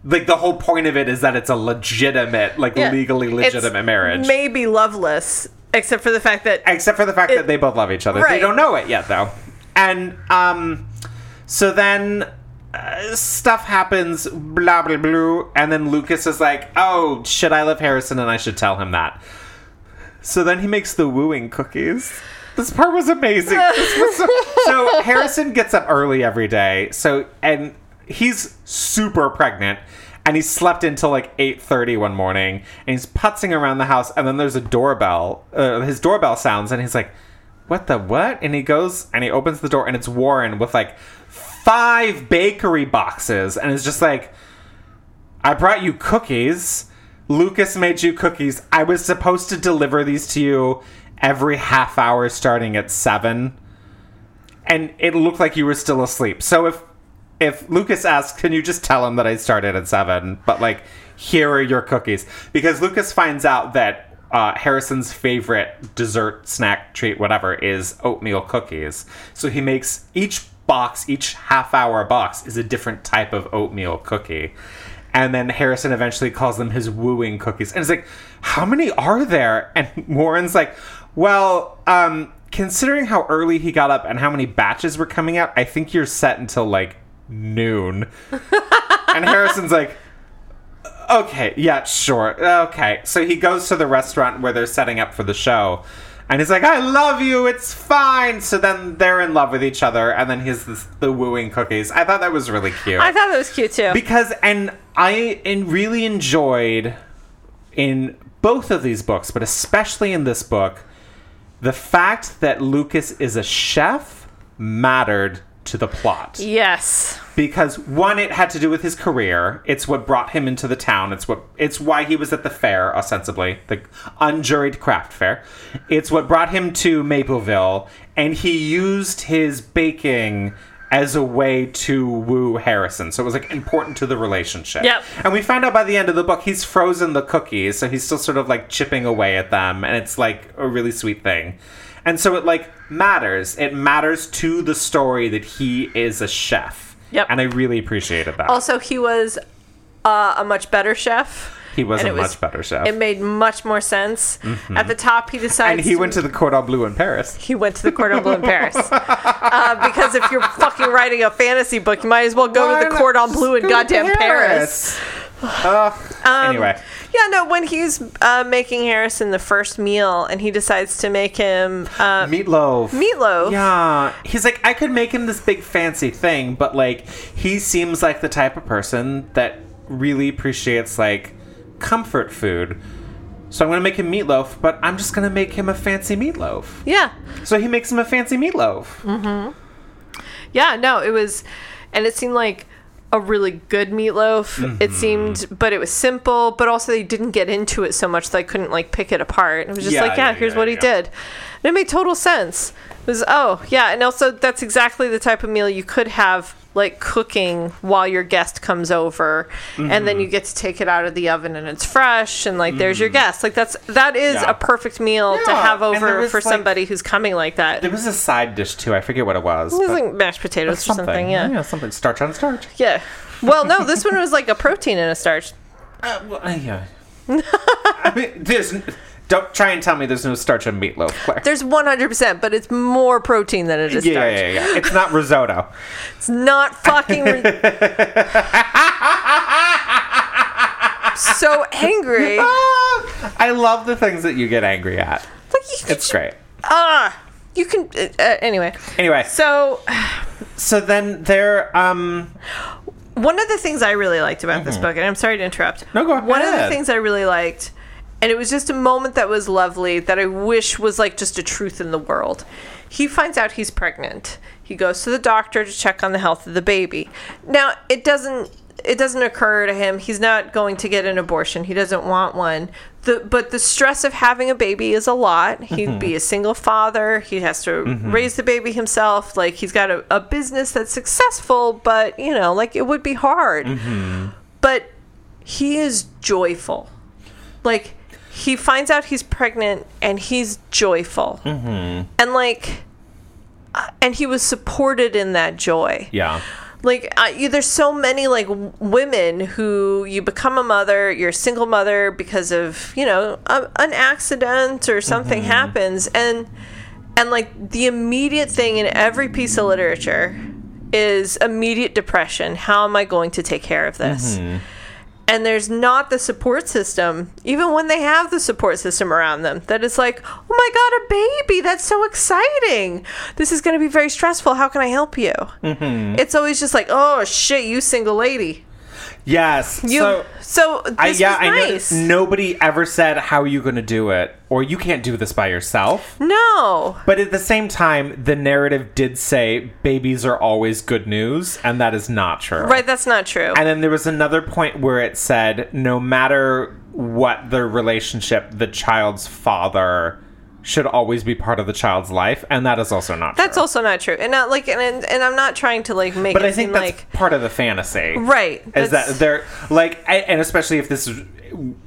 S2: like the whole point of it is that it's a legitimate, like
S5: Yeah.
S2: legally
S5: It's
S2: legitimate marriage.
S5: Maybe loveless, except for the fact that
S2: except for the fact that they both love each other. They
S5: Right.
S2: don't know it yet, though. And um, so then uh, stuff happens, blah blah blah, and then Lucas is like, "Oh, should I love Harrison?" And I should tell him that. So then he makes the wooing cookies. This part was amazing. This was so, so Harrison gets up early every day. So and he's super pregnant. And he slept until like 8.30 one morning. And he's putzing around the house. And then there's a doorbell. Uh, his doorbell sounds. And he's like, what the what? And he goes and he opens the door. And it's Warren with like five bakery boxes. And it's just like, I brought you cookies. Lucas made you cookies. I was supposed to deliver these to you every half hour starting at 7. And it looked like you were still asleep. So if if Lucas asks, can you just tell him that I started at 7? But like here are your cookies because Lucas finds out that uh, Harrison's favorite dessert, snack, treat, whatever, is oatmeal cookies. So he makes each box, each half hour box, is a different type of oatmeal cookie. And then Harrison eventually calls them his wooing cookies. And it's like, how many are there? And Warren's like, well, um, considering how early he got up and how many batches were coming out, I think you're set until like noon. and Harrison's like, okay, yeah, sure. Okay. So he goes to the restaurant where they're setting up for the show. And he's like, I love you, it's fine. So then they're in love with each other, and then he's this, the wooing cookies. I thought that was really cute
S5: I thought that was cute too.
S2: because and I and really enjoyed in both of these books, but especially in this book, the fact that Lucas is a chef mattered to the plot
S5: yes.
S2: because one it had to do with his career it's what brought him into the town it's what it's why he was at the fair ostensibly the unjuried craft fair it's what brought him to mapleville and he used his baking as a way to woo harrison so it was like important to the relationship
S5: Yep.
S2: and we find out by the end of the book he's frozen the cookies so he's still sort of like chipping away at them and it's like a really sweet thing and so it like matters it matters to the story that he is a chef
S5: Yep.
S2: and I really appreciated that.
S5: Also, he was uh, a much better chef.
S2: He was
S3: And
S2: a
S3: it was-
S2: much better chef.
S3: It made much more sense. At the top, he decides
S2: Mm-hmm. and he went to the Cordon Bleu in Paris.
S3: he went to the Cordon Bleu in Paris uh, because if you're fucking writing a fantasy book, you might as well go
S2: Why
S3: to the
S2: not
S3: Cordon
S2: just
S3: Bleu in
S2: go to
S3: goddamn Paris.
S2: Paris?
S3: Um,
S2: Ugh. anyway,
S3: Yeah, no. When he's uh, making Harrison the first meal, and he decides to make him uh,
S2: meatloaf.
S3: meatloaf.
S2: Yeah, he's like I could make him this big fancy thing, but like he seems like the type of person that really appreciates like comfort food. So I'm gonna make him meatloaf, but I'm just gonna make him a fancy meatloaf.
S3: yeah,
S2: So he makes him a fancy meatloaf.
S3: Mm-hmm. yeah. No, it was, and it seemed like a really good meatloaf. It
S2: Mm-hmm.
S3: seemed, but it was simple. But also, they didn't get into it so much that I couldn't like pick it apart. It was just
S2: Yeah,
S3: like, yeah,
S2: yeah,
S3: here's
S2: yeah,
S3: what he
S2: yeah.
S3: did. And it made total sense. It was oh yeah, and also that's exactly the type of meal you could have like cooking while your guest comes over, and
S2: Mm-hmm.
S3: then you get to take it out of the oven and it's fresh, and like there's your guest. Like that's that is
S2: Yeah.
S3: a perfect meal to
S2: Yeah,
S3: have
S2: and there
S3: over
S2: was,
S3: for
S2: like-
S3: somebody who's coming like that.
S2: There was a side dish too. I forget what it was.
S3: It was
S2: but-
S3: like mashed potatoes or something. yeah. yeah.
S2: something starch on starch.
S3: Well, no, this one was like a protein and a starch.
S2: Uh, well, uh, yeah. I mean, there's n- don't try and tell me there's no starch on meatloaf, Claire.
S3: There's 100%, but it's more protein than it is
S2: yeah,
S3: starch.
S2: yeah, yeah, yeah. It's not risotto.
S3: It's not fucking. re- so angry. Like,
S2: Ah, I love the things that you get angry at.
S3: you can,
S2: It's great.
S3: ah, you can. Uh, uh, anyway.
S2: Anyway, so,
S3: So,
S2: then they're um
S3: one of the things I really liked about this book, and I'm sorry to interrupt.
S2: Mm-hmm. No, go
S3: One of the
S2: ahead.
S3: things I really liked, and it was just a moment that was lovely that I wish was like just a truth in the world. He finds out he's pregnant. He goes to the doctor to check on the health of the baby. Now, it doesn't it doesn't occur to him he's not going to get an abortion. He doesn't want one. The, but the stress of having a baby is a lot. He'd be a single father. He has to raise the baby himself. Like he's got a, a business that's successful, but you know, like it would be hard but he is joyful. Like he finds out he's pregnant and he's joyful. Mm-hmm. And like uh, and he was supported in that joy.
S2: yeah.
S3: Like uh, you, there's so many like w- women who you become a mother, you're a single mother because of, you know, a, an accident or something happens and and like the immediate thing in every piece of literature is immediate depression. How am I going to take care of this? and there's not the support system, even when they have the support system around them, that it's like, oh my God, a baby, that's so exciting. This is going to be very stressful. How can I help you? Mm-hmm. It's always just like, oh shit, you single lady.
S2: Yes.
S3: You,
S2: so
S3: so, this
S2: I, yeah,
S3: was
S2: I
S3: nice.
S2: know nobody ever said how are you going to do it or you can't do this by yourself.
S3: no.
S2: But at the same time, the narrative did say babies are always good news, and that is not true.
S3: Right, that's not true.
S2: And then there was another point where it said no matter what the relationship, the child's father should always be part of the child's life, and that is also not
S3: that's
S2: true.
S3: also not true. And not like, and- and, and I'm not trying to like make
S2: But
S3: it
S2: I think
S3: seem
S2: that's
S3: like,
S2: part of the fantasy,
S3: Right,
S2: Is that
S3: that's-
S2: they're like, a- and especially if this is,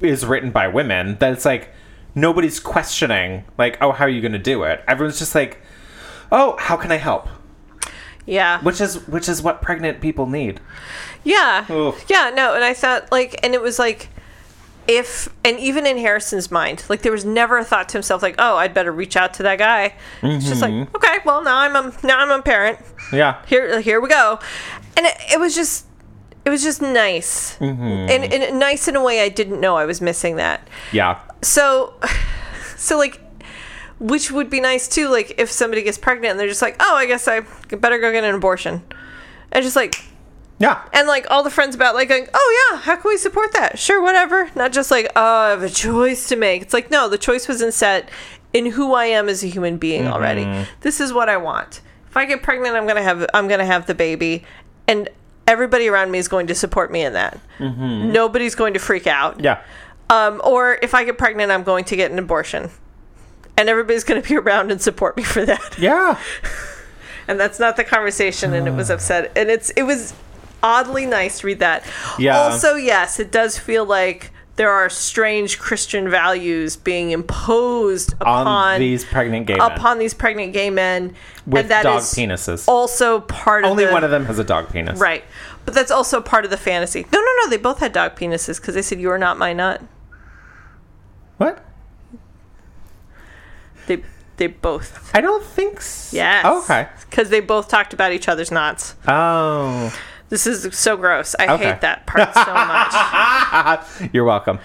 S2: is written by women, that it's like nobody's questioning, like, oh, how are you going to do it? Everyone's just like, oh, how can I help?
S3: yeah.
S2: Which is which is what pregnant people need.
S3: Yeah.
S2: Oof.
S3: Yeah, no, and I thought like and it was like if and even in Harrison's mind, like there was never a thought to himself like, "Oh, I'd better reach out to that guy." It's just
S2: Mm-hmm.
S3: like, "Okay, well, now I'm a, now I'm a parent.
S2: Yeah,
S3: Here here we go." And it, it was just it was just nice. And, and nice in a way I didn't know I was missing that
S2: yeah,
S3: so so like which would be nice too like if somebody gets pregnant and they're just like oh i guess i better go get an abortion and just like
S2: yeah.
S3: and like all the friends about like going, oh yeah how can we support that sure whatever not just like oh i have a choice to make it's like no the choice was in set in who i am as a human being already this is what i want if i get pregnant i'm gonna have i'm gonna have the baby and everybody around me is going to support me in that nobody's going to freak out
S2: Yeah.
S3: um, or if I get pregnant, I'm going to get an abortion. And everybody's going to be around and support me for that.
S2: Yeah.
S3: And that's not the conversation. And it
S2: Ah.
S3: was upset. And it's it was oddly nice to read that.
S2: Yeah.
S3: Also, yes, it does feel like there are strange Christian values being imposed
S2: On
S3: upon
S2: these pregnant gay men.
S3: upon these pregnant gay men,
S2: with
S3: and that
S2: dog
S3: is
S2: penises.
S3: also part of
S2: Only
S3: the-
S2: one of them has a dog penis.
S3: Right. But that's also part of the fantasy. No, no, no. They both had dog penises because they said, You are not my nut.
S2: What?
S3: They they both.
S2: I don't think. So.
S3: Yes.
S2: Okay.
S3: Because they both talked about each other's knots.
S2: Oh.
S3: This is so gross. I
S2: Okay.
S3: hate that part so much.
S2: You're welcome.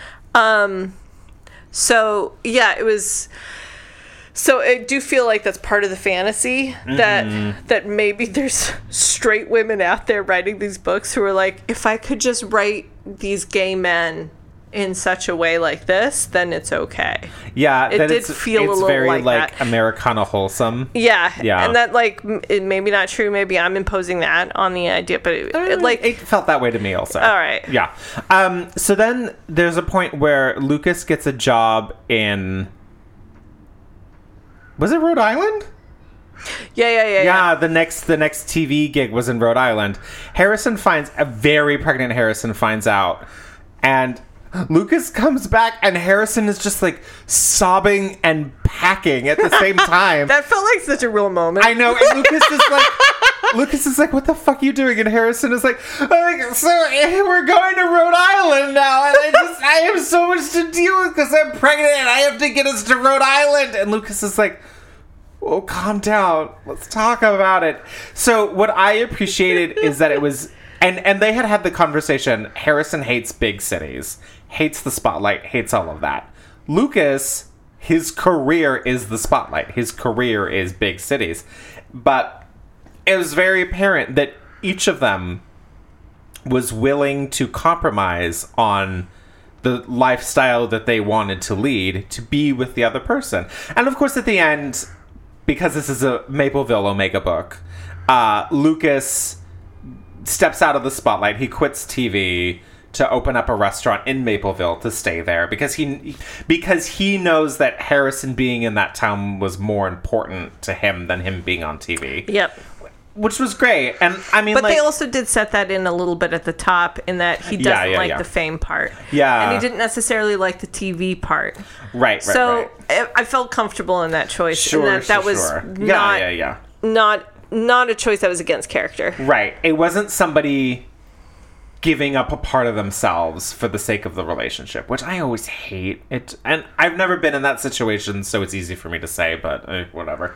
S3: So, yeah, it was. So I do feel like that's part of the fantasy that that maybe there's straight women out there writing these books who are like, if I could just write these gay men in such a way like this, then it's okay.
S2: Yeah,
S3: It
S2: that
S3: did
S2: it's,
S3: feel a
S2: it's
S3: little
S2: very
S3: like
S2: like
S3: that.
S2: Americana wholesome.
S3: Yeah.
S2: Yeah.
S3: And that, like, m- it maybe not true. Maybe I'm imposing that on the idea, but it, it, like,
S2: it felt that way to me also.
S3: All right.
S2: Yeah. Um so then there's a point where Lucas gets a job in Was it Rhode Island?
S3: yeah, yeah, yeah, yeah.
S2: Yeah, the next the next TV gig was in Rhode Island. Harrison finds a very pregnant Harrison finds out and Lucas comes back and Harrison is just like sobbing and packing at the same time.
S3: That felt like such a real moment.
S2: I know. And Lucas is like, Lucas is like, what the fuck are you doing? And Harrison is like, "Like, so eh, we're going to Rhode Island now, and I just, I have so much to deal with because I'm pregnant and I have to get us to Rhode Island. And Lucas is like, oh, calm down. Let's talk about it. So what I appreciated is that it was, and and they had had the conversation. Harrison hates big cities, hates the spotlight, hates all of that. Lucas, his career is the spotlight. His career is big cities, but it was very apparent that each of them was willing to compromise on the lifestyle that they wanted to lead to be with the other person. And of course, at the end, because this is a Mapleville Omega book, uh, Lucas steps out of the spotlight. He quits TV to open up a restaurant in Mapleville to stay there because he because he knows that Harrison being in that town was more important to him than him being on TV,
S3: Yep.
S2: which was great. And I mean,
S3: But
S2: like,
S3: they also did set that in a little bit at the top in that he doesn't
S2: Yeah, yeah,
S3: like
S2: yeah.
S3: the fame part.
S2: Yeah.
S3: And he didn't necessarily like the TV part.
S2: Uh, right, right,
S3: so
S2: right.
S3: I, I felt comfortable in that choice.
S2: sure,
S3: and that, that
S2: sure,
S3: was
S2: sure.
S3: not,
S2: yeah, yeah, yeah.
S3: not not a choice that was against character.
S2: Right. It wasn't somebody giving up a part of themselves for the sake of the relationship, which I always hate. It and I've never been in that situation, so it's easy for me to say, but eh, whatever.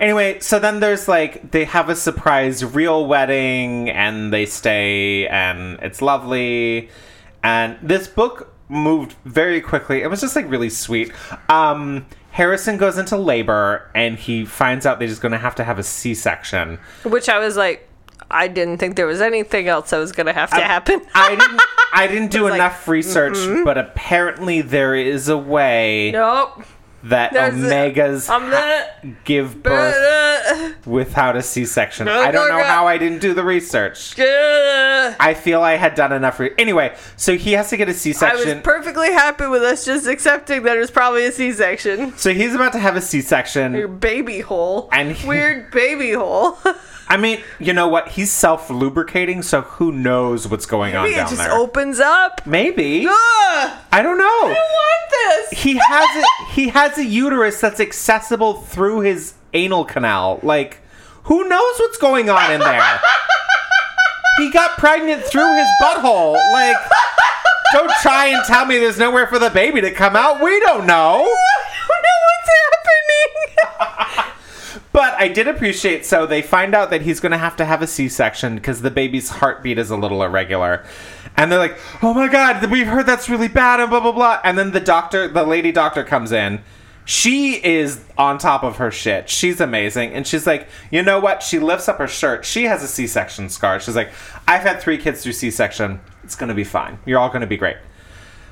S2: Anyway, so then there's like they have a surprise real wedding and they stay and it's lovely. And this book moved very quickly. It was just like really sweet. Um Harrison goes into labor and he finds out they're just going to have to have a C-section.
S3: Which I was like, I didn't think there was anything else that was going to have to happen.
S2: I didn't. I didn't do
S3: like,
S2: enough research, but apparently there is a way
S3: nope.
S2: that
S3: There's a-
S2: omegas
S3: Oh,
S2: ha-
S3: I'm gonna-
S2: give birth without a C-section. I don't know
S3: no.
S2: how I didn't do the research. I feel I had done enough. Re- anyway, so he has to get a
S3: I was
S2: C-section.
S3: perfectly happy with us just accepting that it was probably a C section.
S2: so he's about to have a C-section.
S3: Your baby hole.
S2: And-
S3: Weird baby hole.
S2: I mean, you know what? He's self-lubricating, so who knows what's going on
S3: Maybe it
S2: down
S3: just
S2: there?
S3: opens up.
S2: Maybe
S3: Ugh,
S2: I don't know.
S3: I want this.
S2: he has a, he has a uterus that's accessible through his anal canal. Like, who knows what's going on in there? He got pregnant through his butthole. Like, don't try and tell me there's nowhere for the baby to come out. We don't know.
S3: I don't know what's happening.
S2: But I did appreciate so they find out that he's going to have to have a C-section because the baby's heartbeat is a little irregular. And they're like, "Oh my god, we've heard that's really bad and blah blah blah." And then the doctor, the lady doctor comes in. She is on top of her shit. She's amazing. And she's like, "You know what?" She lifts up her shirt. She has a C-section scar. She's like, "I've had 3 kids through C-section. It's going to be fine. You're all going to be great."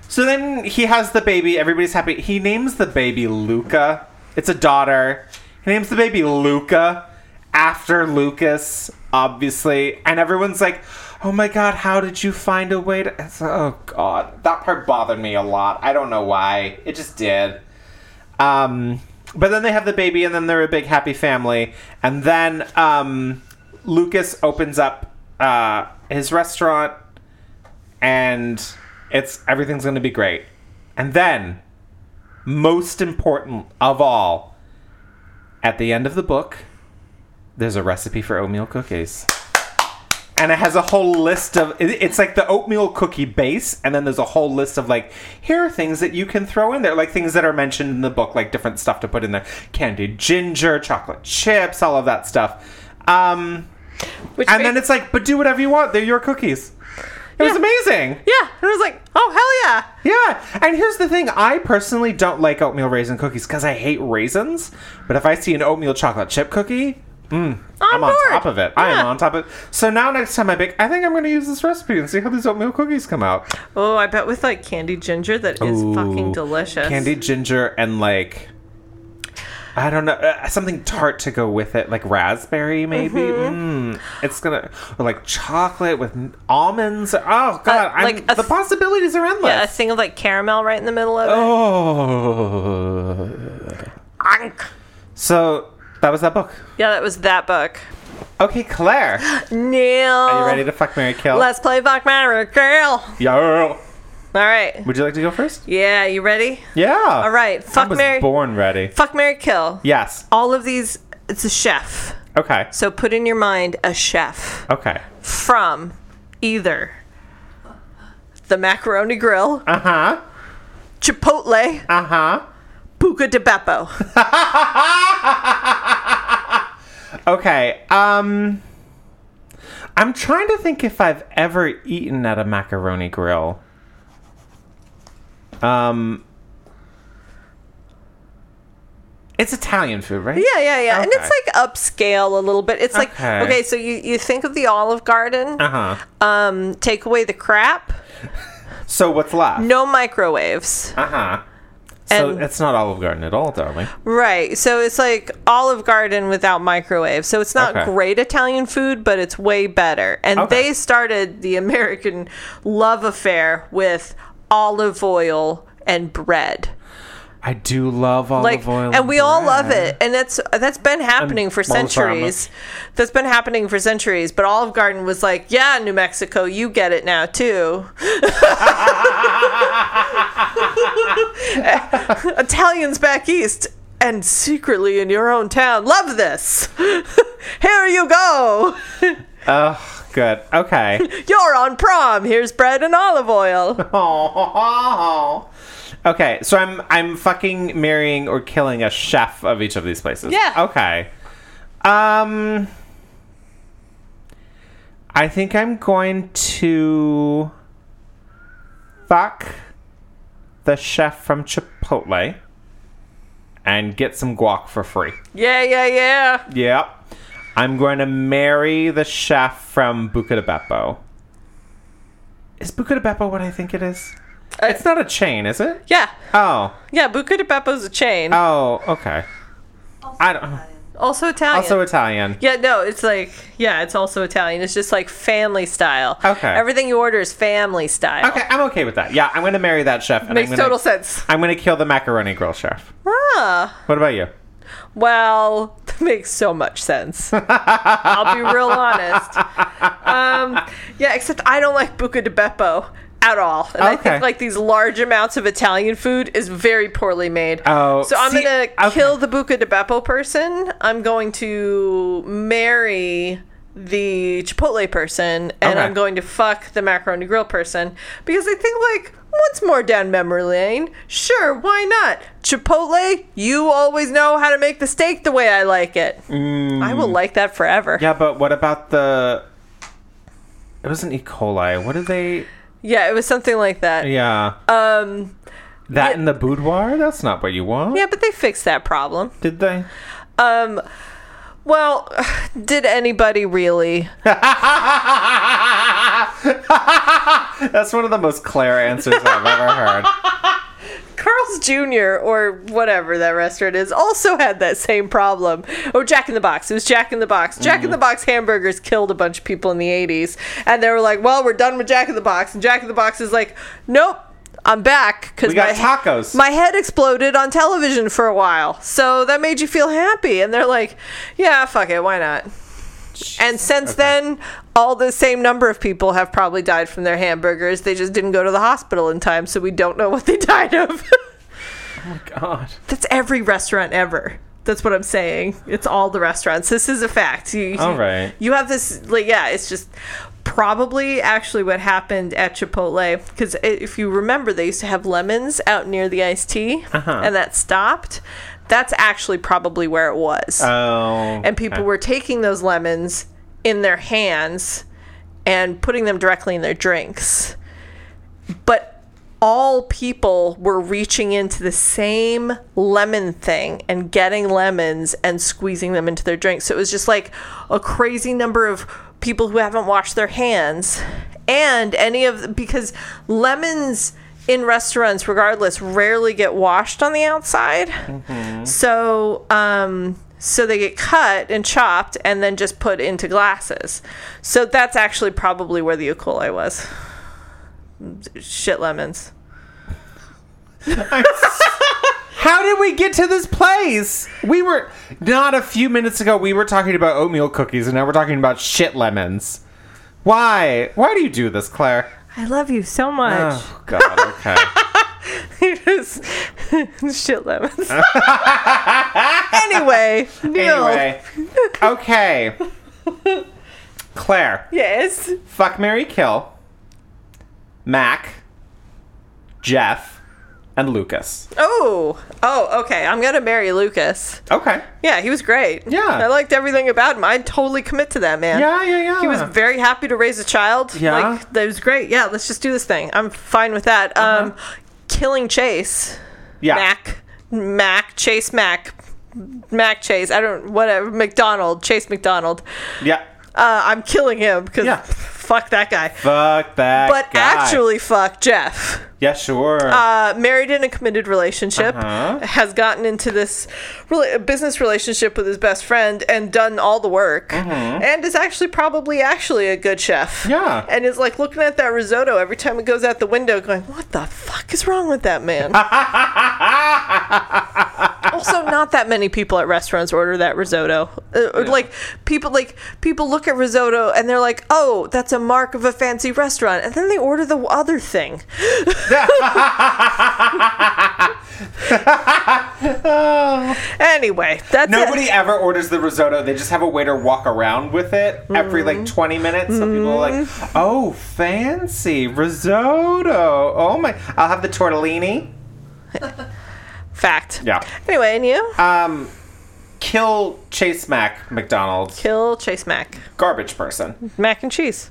S2: So then he has the baby. Everybody's happy. He names the baby Luca. It's a daughter. He names the baby Luca after Lucas, obviously. And everyone's like, oh my god, how did you find a way to. It's, oh god. That part bothered me a lot. I don't know why. It just did. Um, but then they have the baby, and then they're a big happy family. And then um, Lucas opens up uh, his restaurant, and it's everything's going to be great. And then, most important of all, at the end of the book, there's a recipe for oatmeal cookies. and it has a whole list of it- it's like the oatmeal cookie base and then there's a whole list of like here are things that you can throw in there like things that are mentioned in the book like different stuff to put in there candied ginger chocolate chips all of that stuff um
S3: Which
S2: and
S3: made-
S2: then it's like but do whatever you want they're your cookies it was amazing
S3: yeah, and I was like, oh hell yeah.
S2: yeah, and here's the thing: I personally don't like oatmeal raisin cookies because I hate raisins. But if I see an oatmeal chocolate chip cookie, mm, I'm on
S3: board.
S2: top of it. I am
S3: Yeah.
S2: on top of it. So now next time I bake, I think I'm going to use this recipe and see how these oatmeal cookies come out.
S3: Oh, I bet with like candied ginger that is fucking
S2: Ooh,
S3: delicious.
S2: Candied ginger and like. I don't know uh, something tart to go with it, like raspberry maybe.
S3: Mm-hmm.
S2: Mm, it's gonna or like chocolate with n- almonds. Oh god, I'm,
S3: Uh, like
S2: the
S3: a th-
S2: possibilities are endless.
S3: Yeah, a thing of like caramel right in the middle of it.
S2: Oh.
S3: Ank.
S2: So that was that book.
S3: Yeah, that was that book.
S2: Okay, Claire,
S3: Neil.
S2: are you ready to fuck Mary Kill?
S3: Let's play Fuck Mary Girl. All
S2: Yo.
S3: right.
S2: Would you like to go first?
S3: Yeah, you ready?
S2: Yeah. All
S3: right,
S2: I
S3: fuck,
S2: was
S3: marry- Oh.
S2: born ready.
S3: Fuck Mary Kill.
S2: Yes.
S3: All of these, it's a chef.
S2: Okay.
S3: So put in your mind a chef
S2: Okay.
S3: from either the Macaroni Grill,
S2: Uh huh.
S3: Chipotle,
S2: Uh
S3: Uh-huh.
S2: huh.
S3: Buca de Beppo.
S2: Okay. Um. I'm trying to think if I've ever eaten at a macaroni grill. Um. It's Italian food, right?
S3: Yeah, yeah, yeah. And it's
S2: Okay.
S3: like upscale a little bit. It's like
S2: Okay.
S3: okay, so you, you think of the Olive Garden,
S2: Uh huh.
S3: um, take away the crap,
S2: So what's left?
S3: no microwaves.
S2: Uh huh. So
S3: And-
S2: it's not Olive Garden at all, darling.
S3: Right. So it's like Olive Garden without microwaves. So it's not
S2: Okay.
S3: great Italian food, but it's way better. And
S2: Okay.
S3: they started the American love affair with olive oil and bread.
S2: I do love olive
S3: like
S2: oil,
S3: and we all love it and that's that's been happening
S2: And
S3: for
S2: balsamic.
S3: centuries that's been happening for centuries but olive garden was like yeah new mexico you get it now too italians back east and secretly in your own town love this here you go
S2: Oh, good. Okay.
S3: you're on prom here's bread and olive oil
S2: oh. Okay. So I'm I'm fucking marrying or killing a chef of each of these places.
S3: Yeah.
S2: Okay. Um. I think I'm going to fuck the chef from Chipotle and get some guac for free.
S3: yeah yeah yeah
S2: Yep. I'm going to marry the chef from Buca de Beppo. Is Buca de Beppo what I think it is? it's not a chain, is it?
S3: yeah
S2: Oh.
S3: yeah buca di beppo's a chain
S2: Oh, okay. I don't
S3: also italian
S2: Also Italian.
S3: Yeah, no, it's like yeah, it's also Italian. It's just like family style.
S2: Okay.
S3: Everything you order is family style.
S2: Okay, I'm okay with that. Yeah, I'm going to marry that chef. And
S3: Makes
S2: I'm gonna,
S3: total sense.
S2: I'm going to kill the macaroni grill chef.
S3: Ah,
S2: What about you?
S3: well, that makes so much sense. I'll be real honest. Um, yeah, except I don't like Buca di Beppo at all, and I
S2: Okay.
S3: think like these large amounts of Italian food is very poorly made.
S2: Oh,
S3: so I'm
S2: see,
S3: gonna
S2: okay.
S3: kill the Buca di Beppo person. I'm going to marry the Chipotle person, and
S2: Okay.
S3: I'm going to fuck the macaroni grill person because I think like once more down memory lane. Sure, why not? Chipotle, you always know how to make the steak the way I like it. I will like that forever.
S2: Mm. Yeah, but what about the. It wasn't E. coli. What are they.
S3: Yeah, it was something like that.
S2: Yeah.
S3: Um,
S2: that in the boudoir? That's not what you want.
S3: yeah, but they fixed that problem.
S2: Did they?
S3: Um, well, did anybody really?
S2: That's one of the most Claire answers I've ever heard.
S3: Carl's Jr. or whatever that restaurant is also had that same problem. Oh, Jack in the Box. It was Jack in the Box. Jack
S2: Mm-hmm.
S3: in the Box hamburgers killed a bunch of people in the 80s. And they were like, well, we're done with Jack in the Box. And Jack in the Box is like, nope. I'm back because
S2: We got
S3: my,
S2: tacos.
S3: my head exploded on television for a while, so that made you feel happy. And they're like, "Yeah, fuck it, why not?" And since then, all the same number of people have probably died from their hamburgers. They just didn't go to the hospital in time, so we don't know what they died of.
S2: God.
S3: That's every restaurant ever. That's what I'm saying. It's all the restaurants. This is a fact. You,
S2: All right.
S3: You have this, like, yeah, it's just probably actually what happened at Chipotle. Because if you remember, they used to have lemons out near the iced tea,
S2: Uh-huh.
S3: and that stopped. That's actually probably where it was.
S2: Oh.
S3: and people were taking those lemons in their hands and putting them directly in their drinks. But all people were reaching into the same lemon thing and getting lemons and squeezing them into their drinks. So it was just like a crazy number of people who haven't washed their hands. And any of because lemons in restaurants, regardless, rarely get washed on the outside. So, um, so they get cut and chopped and then just put into glasses. So that's actually probably where the ukole was. Shit lemons.
S2: How did we get to this place? We were not a few minutes ago. We were talking about oatmeal cookies, and now we're talking about shit lemons. Why? Why do you do this, Claire?
S3: I love you so much.
S2: Oh God. Okay.
S3: Shit lemons. anyway, Neil.
S2: anyway. Okay. Claire.
S3: Yes.
S2: Fuck Mary Kill. Mac. Jeff. And Lucas.
S3: Oh. Oh, okay. I'm going to marry Lucas.
S2: Okay.
S3: Yeah, he was great.
S2: Yeah.
S3: I liked everything about him. I'd totally commit to that man.
S2: Yeah, yeah, yeah.
S3: He was very happy to raise a child.
S2: Yeah.
S3: Like, that was great. Yeah, let's just do this thing. I'm fine with that.
S2: Uh-huh.
S3: Um, killing Chase.
S2: yeah.
S3: Mac. Mac. Chase Mac. Mac Chase. I don't, whatever. McDonald. Chase McDonald.
S2: Yeah.
S3: Uh, I'm killing him because
S2: Yeah.
S3: fuck that guy.
S2: Fuck that.
S3: But
S2: guy.
S3: actually, fuck Jeff
S2: Yeah, sure.
S3: uh, married in a committed relationship,
S2: Uh-huh.
S3: has gotten into this rela- business relationship with his best friend and done all the work,
S2: Mm-hmm.
S3: and is actually probably actually a good chef.
S2: Yeah.
S3: and is like looking at that risotto every time it goes out the window, going, "What the fuck is wrong with that man?" also, not that many people at restaurants order that risotto. Uh, or, Like people, like people look at risotto and they're like, "Oh, that's a mark of a fancy restaurant," and then they order the other thing. Anyway, that's it.
S2: Nobody ever orders the risotto. They just have a waiter walk around with it every like
S3: Mm-hmm.
S2: 20 minutes. So people are like, oh, fancy risotto. Oh my. I'll have the tortellini.
S3: Fact.
S2: Yeah.
S3: Anyway, and you
S2: Um, kill Chase Mac McDonald's
S3: kill Chase Mac,
S2: garbage person.
S3: mac and cheese.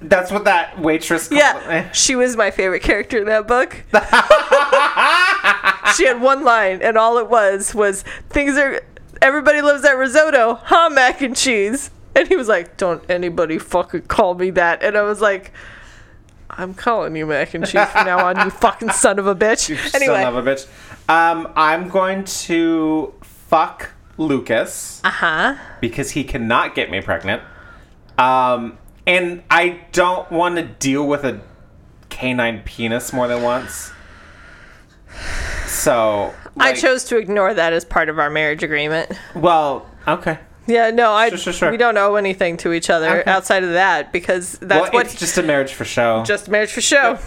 S2: That's what that waitress called
S3: Yeah,
S2: it.
S3: she was my favorite character in that book. she had one line, and all it was was things are. Everybody loves that risotto, huh? Mac and cheese. And he was like, "Don't anybody fucking call me that." And I was like, "I'm calling you mac and cheese from now on, you fucking son of a bitch." anyway,
S2: Son of a bitch. Um, I'm going to fuck Lucas. Uh huh.
S3: uh-huh.
S2: Because he cannot get me pregnant. Um, and I don't want to deal with a canine penis more than once. So.
S3: I
S2: like-
S3: chose to ignore that as part of our marriage agreement.
S2: Well, okay.
S3: Yeah, no, I
S2: Sure, sure, sure.
S3: we don't owe anything to each other
S2: Okay.
S3: outside of that because that's
S2: well,
S3: what
S2: it's just a marriage for show.
S3: just marriage for show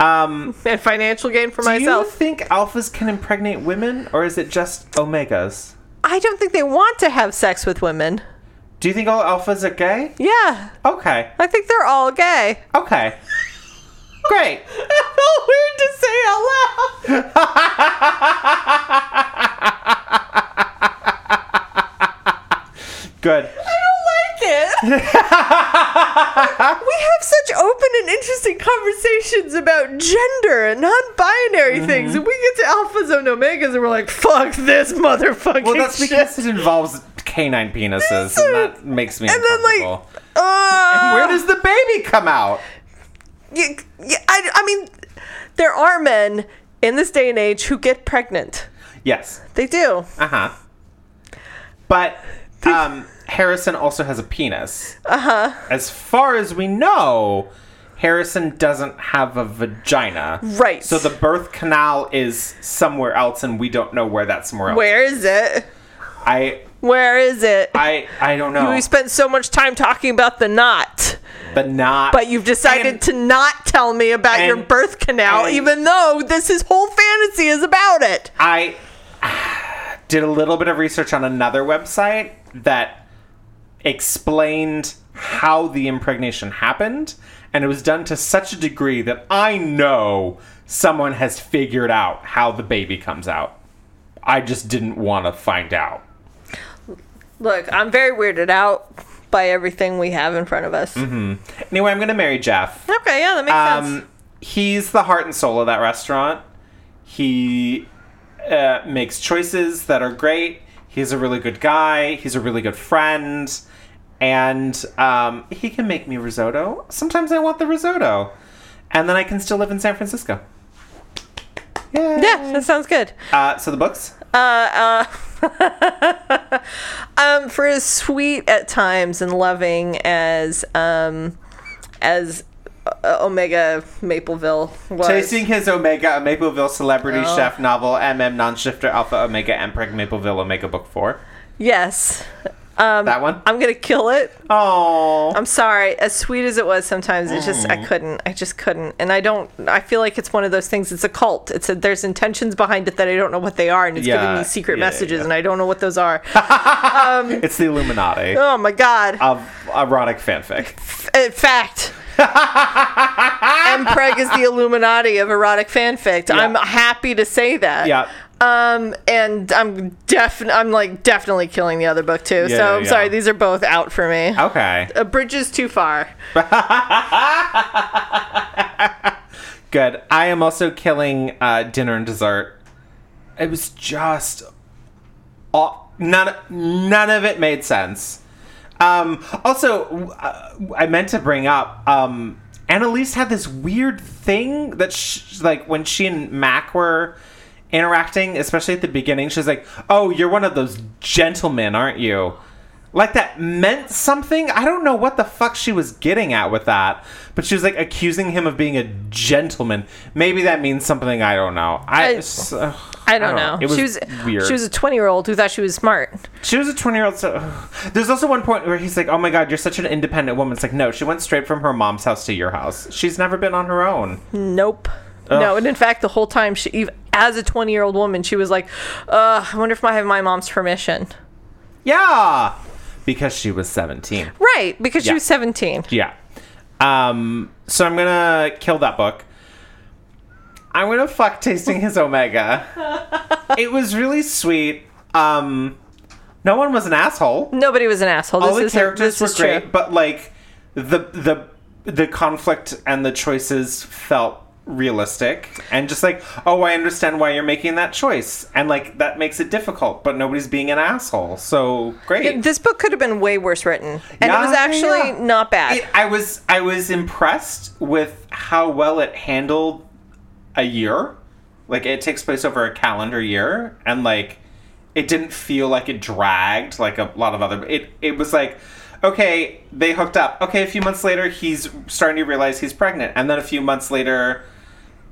S2: um,
S3: and financial gain for
S2: Do you
S3: myself.
S2: think alphas can impregnate women, or is it just omegas?
S3: I don't think they want to have sex with women.
S2: Do you think all alphas are gay?
S3: Yeah,
S2: Okay,
S3: I think they're all gay.
S2: okay, great.
S3: How weird to say out loud.
S2: Good.
S3: I don't like it. we have such open and interesting conversations about gender and non-binary
S2: Mm-hmm.
S3: things, and we get to alphas and omegas, and we're like, "Fuck this motherfucking
S2: Well, that's
S3: shit."
S2: because it involves canine penises, and that makes me
S3: and then like,
S2: uncomfortable.
S3: uh,
S2: Where does the baby come out?
S3: yeah, yeah, I, I mean, there are men in this day and age who get pregnant.
S2: Yes.
S3: They do.
S2: Uh huh. But um, Harrison also has a penis. Uh
S3: Uh-huh.
S2: huh. As far as we know, Harrison doesn't have a vagina.
S3: Right.
S2: So the birth canal is somewhere else, and we don't know where that somewhere else.
S3: Where is it?
S2: I
S3: Where is it?
S2: I I don't know.
S3: we spent so much time talking about the knot,
S2: but not.
S3: but you've decided
S2: And-
S3: to not tell me about your
S2: and-
S3: birth canal,
S2: and-
S3: even though this is whole fantasy is about it.
S2: I did a little bit of research on another website that explained how the impregnation happened, and it was done to such a degree that I know someone has figured out how the baby comes out. I just didn't want to find out.
S1: Look, I'm very weirded out by everything we have in front of us.
S2: Anyway, I'm going to marry Jeff.
S1: Mm-hmm. Okay, yeah, that makes sense.
S2: Um, he's the heart and soul of that restaurant. He uh, makes choices that are great. He's a really good guy. He's a really good friend, and um, he can make me risotto. Sometimes I want the risotto, and then I can still live in San Francisco. Yeah.
S1: Yeah, that sounds good.
S2: Uh, so the books.
S1: uh, uh, um, for as sweet at times and loving as um, as uh, Omega Mapleville was.
S2: Chasing His Omega, a Mapleville Celebrity
S1: Oh.
S2: Chef novel, MM Non-Shifter Alpha Omega Mpreg Mapleville Omega Book 4.
S1: Yes,
S2: that one?
S1: Um, I'm gonna kill it.
S2: Oh.
S1: I'm sorry. As sweet as it was, sometimes it's just I
S2: Mm.
S1: couldn't. I just couldn't, and I don't. I feel like it's one of those things. It's a cult. It's a, there's intentions behind it that I don't know what they are, and it's
S2: Yeah,
S1: giving me secret
S2: yeah, yeah,
S1: messages,
S2: yeah.
S1: and I don't know what those are.
S2: It's the Illuminati
S1: oh my god.
S2: of erotic fanfic.
S1: In Uh, fact, Mpreg is the Illuminati of erotic fanfic. I'm happy to say that.
S2: Yeah.
S1: Um, and I'm definitely, I'm like definitely killing the other book too. so
S2: Yeah, yeah,
S1: I'm
S2: yeah. Uh,
S1: sorry, these are both out for me.
S2: Okay.
S1: A bridge is too far.
S2: Good. I am also killing uh, dinner and dessert. It was just all, none none of it made sense. Um, also, w- uh, I meant to bring up um, Annalise had this weird thing that sh like when she and Mac were interacting, especially at the beginning, she's like, "Oh, you're one of those gentlemen, aren't you?" Like that meant something. I don't know what the fuck she was getting at with that, but she was like accusing him of being a gentleman. Maybe that means something. I don't know. I
S1: I-
S2: s- ugh,
S1: I don't, know.
S2: It was,
S1: she was
S2: weird.
S1: She was a 20 year old who thought she was smart.
S2: She was a 20 year old. So there's also one point where he's like, Oh my God, you're such an independent woman. It's like, No, she went straight from her mom's house to your house. She's never been on her own.
S1: Nope. No, and in fact, the whole time she, ev- as a 20 year old woman, she was like, uh, I wonder if I have my mom's permission.
S2: Yeah. Because she was 17.
S1: Right, because
S2: Yeah.
S1: she was 17.
S2: Yeah. Um, so I'm going to kill that book. I'm going to fuck tasting his Omega. it was really sweet. Um, no one was an asshole.
S1: Nobody was an asshole.
S2: all
S1: this
S2: the
S1: is
S2: characters
S1: this
S2: were
S1: is true.
S2: great, but like the the the conflict and the choices felt realistic and just like oh i understand why you're making that choice and like that makes it difficult but nobody's being an asshole so great
S1: This book could have been way worse written, and
S2: Yeah,
S1: it was actually
S2: yeah.
S1: not bad.
S2: It- i was i was impressed with how well it handled a year like it takes place over a calendar year and like it didn't feel like it dragged like a lot of other it it was like okay they hooked up okay a few months later he's starting to realize he's pregnant and then a few months later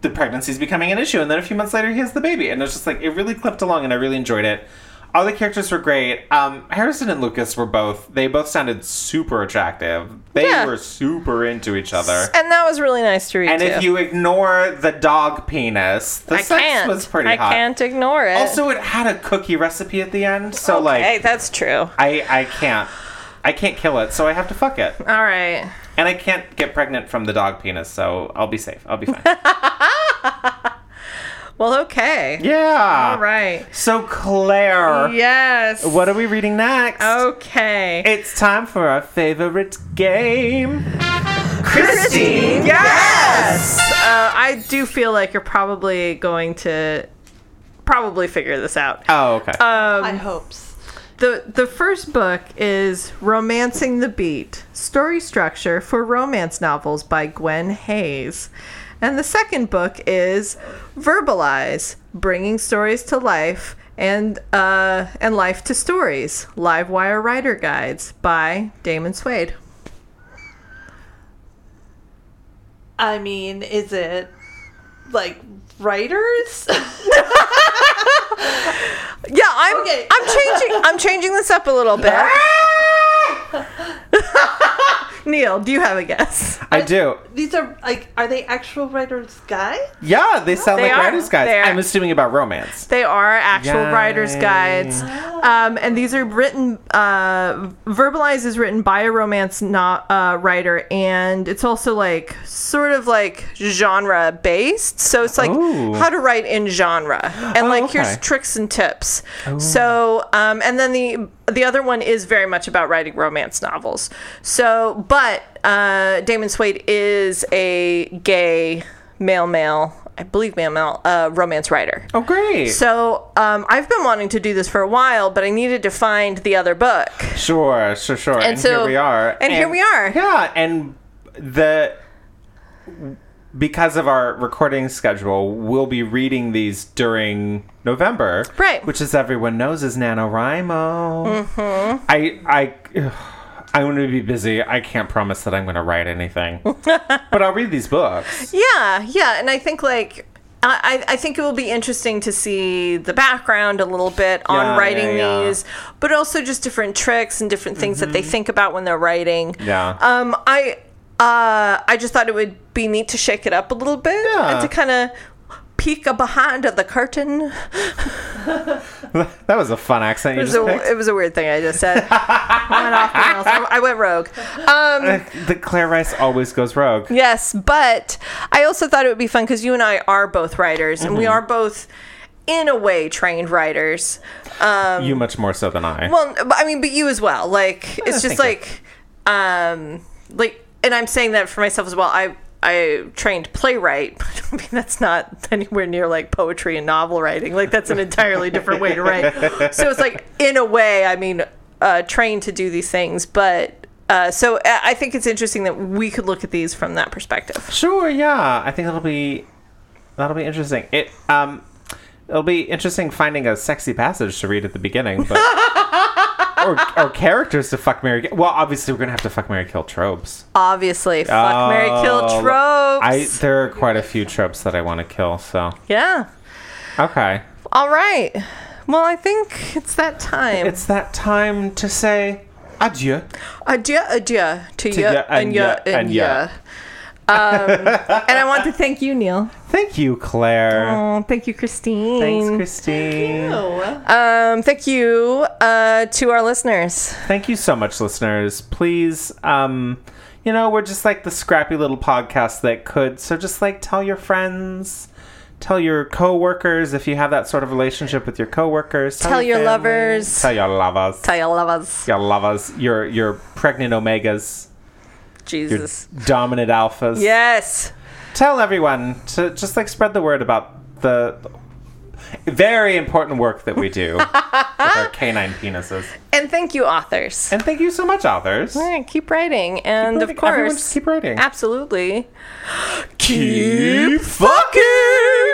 S2: the pregnancy's becoming an issue and then a few months later he has the baby and it's just like it really clipped along and i really enjoyed it all the characters were great um, harrison and lucas were both they both sounded super attractive they
S1: Yeah.
S2: were super into each other
S1: and that was really nice to read.
S2: and if
S1: too.
S2: you ignore the dog penis, the
S1: I
S2: sex
S1: can't,
S2: was pretty
S1: I
S2: hot.
S1: can't ignore it.
S2: Also, it had a cookie recipe at the end, so
S1: hey,
S2: like
S1: that's true.
S2: I I can't I can't kill it, so I have to fuck it,
S1: All right.
S2: and I can't get pregnant from the dog penis, so I'll be safe. I'll be fine.
S1: Well, okay.
S2: yeah.
S1: All right.
S2: So Claire,
S1: Yes. Oh.
S2: what are we reading next?
S1: Okay.
S2: It's time for our favorite game. Christine.
S1: Yes. Uh, I do feel like you're probably going to probably figure this out.
S2: Oh, okay.
S1: Uh,
S4: I hopes.
S6: The the first book is Romancing the Beat: Story Structure for Romance Novels by Gwen Hayes. And the second book is Verbalize: Bringing Stories to Life and uh and Life to Stories: Livewire Writer Guides by Damon Swade.
S4: I mean, is it like writers?
S1: Yeah, I'm
S4: Okay.
S1: I'm changing I'm changing this up a little bit.
S3: Neil, do you have a guess?
S2: I do.
S4: These are like, are they actual writer's guide?
S2: Yeah, they sound
S3: They
S2: like
S3: are.
S2: writers' guides.
S3: They are.
S2: I'm assuming about romance.
S3: They are actual
S2: Yay.
S3: writer's guides. Um, and these are written, uh, Verbalize is written by a romance not, uh, writer. And it's also like sort of like genre based. So it's like
S2: Ooh.
S3: how to write in genre. And
S2: Oh,
S3: like
S2: okay.
S3: here's tricks and tips. So, um, and then the, the other one is very much about writing romance novels. So, but uh, Damon Swade is a gay male, male. I believe male male uh, romance writer.
S2: Oh, great.
S3: So um, I've been wanting to do this for a while, but I needed to find the other book.
S2: sure, sure, sure. And,
S3: so-
S2: here we are.
S3: and here we are.
S2: Yeah, and the because of our recording schedule, we'll be reading these during November,
S3: Right.
S2: Which, as everyone knows, is NaNoWriMo. Mm-hmm. I, I. ugh, I'm going to be busy. I can't promise that I'm going to write anything, but I'll read these books.
S3: Yeah, yeah, and I think like. I, I I think it will be interesting to see the background a little bit on
S2: Yeah,
S3: writing
S2: yeah, yeah.
S3: these, but also just different tricks and different things that they think about when they're writing.
S2: Yeah.
S3: Um, I uh, I just thought it would be neat to shake it up a little bit
S2: Yeah.
S3: and to kind of peek a behind of the curtain.
S2: that was a fun accent you
S3: It was,
S2: just picked.
S3: a, it was a weird thing I just said. I went off the rails. I, I went rogue. Um,
S2: the Claire Rice always goes rogue.
S3: Yes, but I also thought it would be fun because you and I are both writers, and we are both, in a way, trained writers.
S2: You much more so than I.
S3: Well, n- but- I mean, but you as well. Like it's just
S2: thank
S3: like, um, like, and I'm saying that for myself as well. I I trained playwright. But I mean, that's not anywhere near like poetry and novel writing. Like that's an entirely different way to write. So it's like, in a way, I mean, uh, trained to do these things, but. Uh, so I I think it's interesting that we could look at these from that perspective.
S2: Sure, yeah. I think that'll be that'll be interesting. It um it'll be interesting finding a sexy passage to read at the beginning, but or, or characters to fuck Mary. Well, obviously we're gonna have to fuck Mary kill tropes.
S3: Obviously, fuck Mary Kill
S2: Oh,
S3: tropes.
S2: I there are quite a few tropes that I want to kill. So
S3: yeah.
S2: okay,
S3: All right. Well, I think it's that time.
S2: it's that time to say adieu.
S3: adieu, adieu to you
S2: ya,
S3: and
S2: and
S3: ya
S2: ya,
S3: and
S2: and
S3: ya.
S2: ya.
S3: Um, and I want to thank you, Neil.
S2: Thank you, Claire.
S3: Oh, thank you, Christine.
S2: Thanks, Christine.
S3: Um, thank you uh, to our listeners.
S2: Thank you so much, listeners. Please, um, you know, we're just like the scrappy little podcast that could. So just like tell your friends, tell your coworkers if you have that sort of relationship with your coworkers.
S3: Tell your
S2: family,
S3: lovers.
S2: Tell your lovers.
S3: Tell your lovers.
S2: your lovers. Your your pregnant omegas. Your
S3: Jesus.
S2: dominant alphas.
S3: Yes.
S2: Tell everyone to just like spread the word about the very important work that we do with our canine penises.
S3: And thank you, authors.
S2: And thank you so much, authors.
S3: All right, keep writing. And of
S2: Everyone just
S3: course,
S2: keep writing.
S3: absolutely.
S2: keep fucking.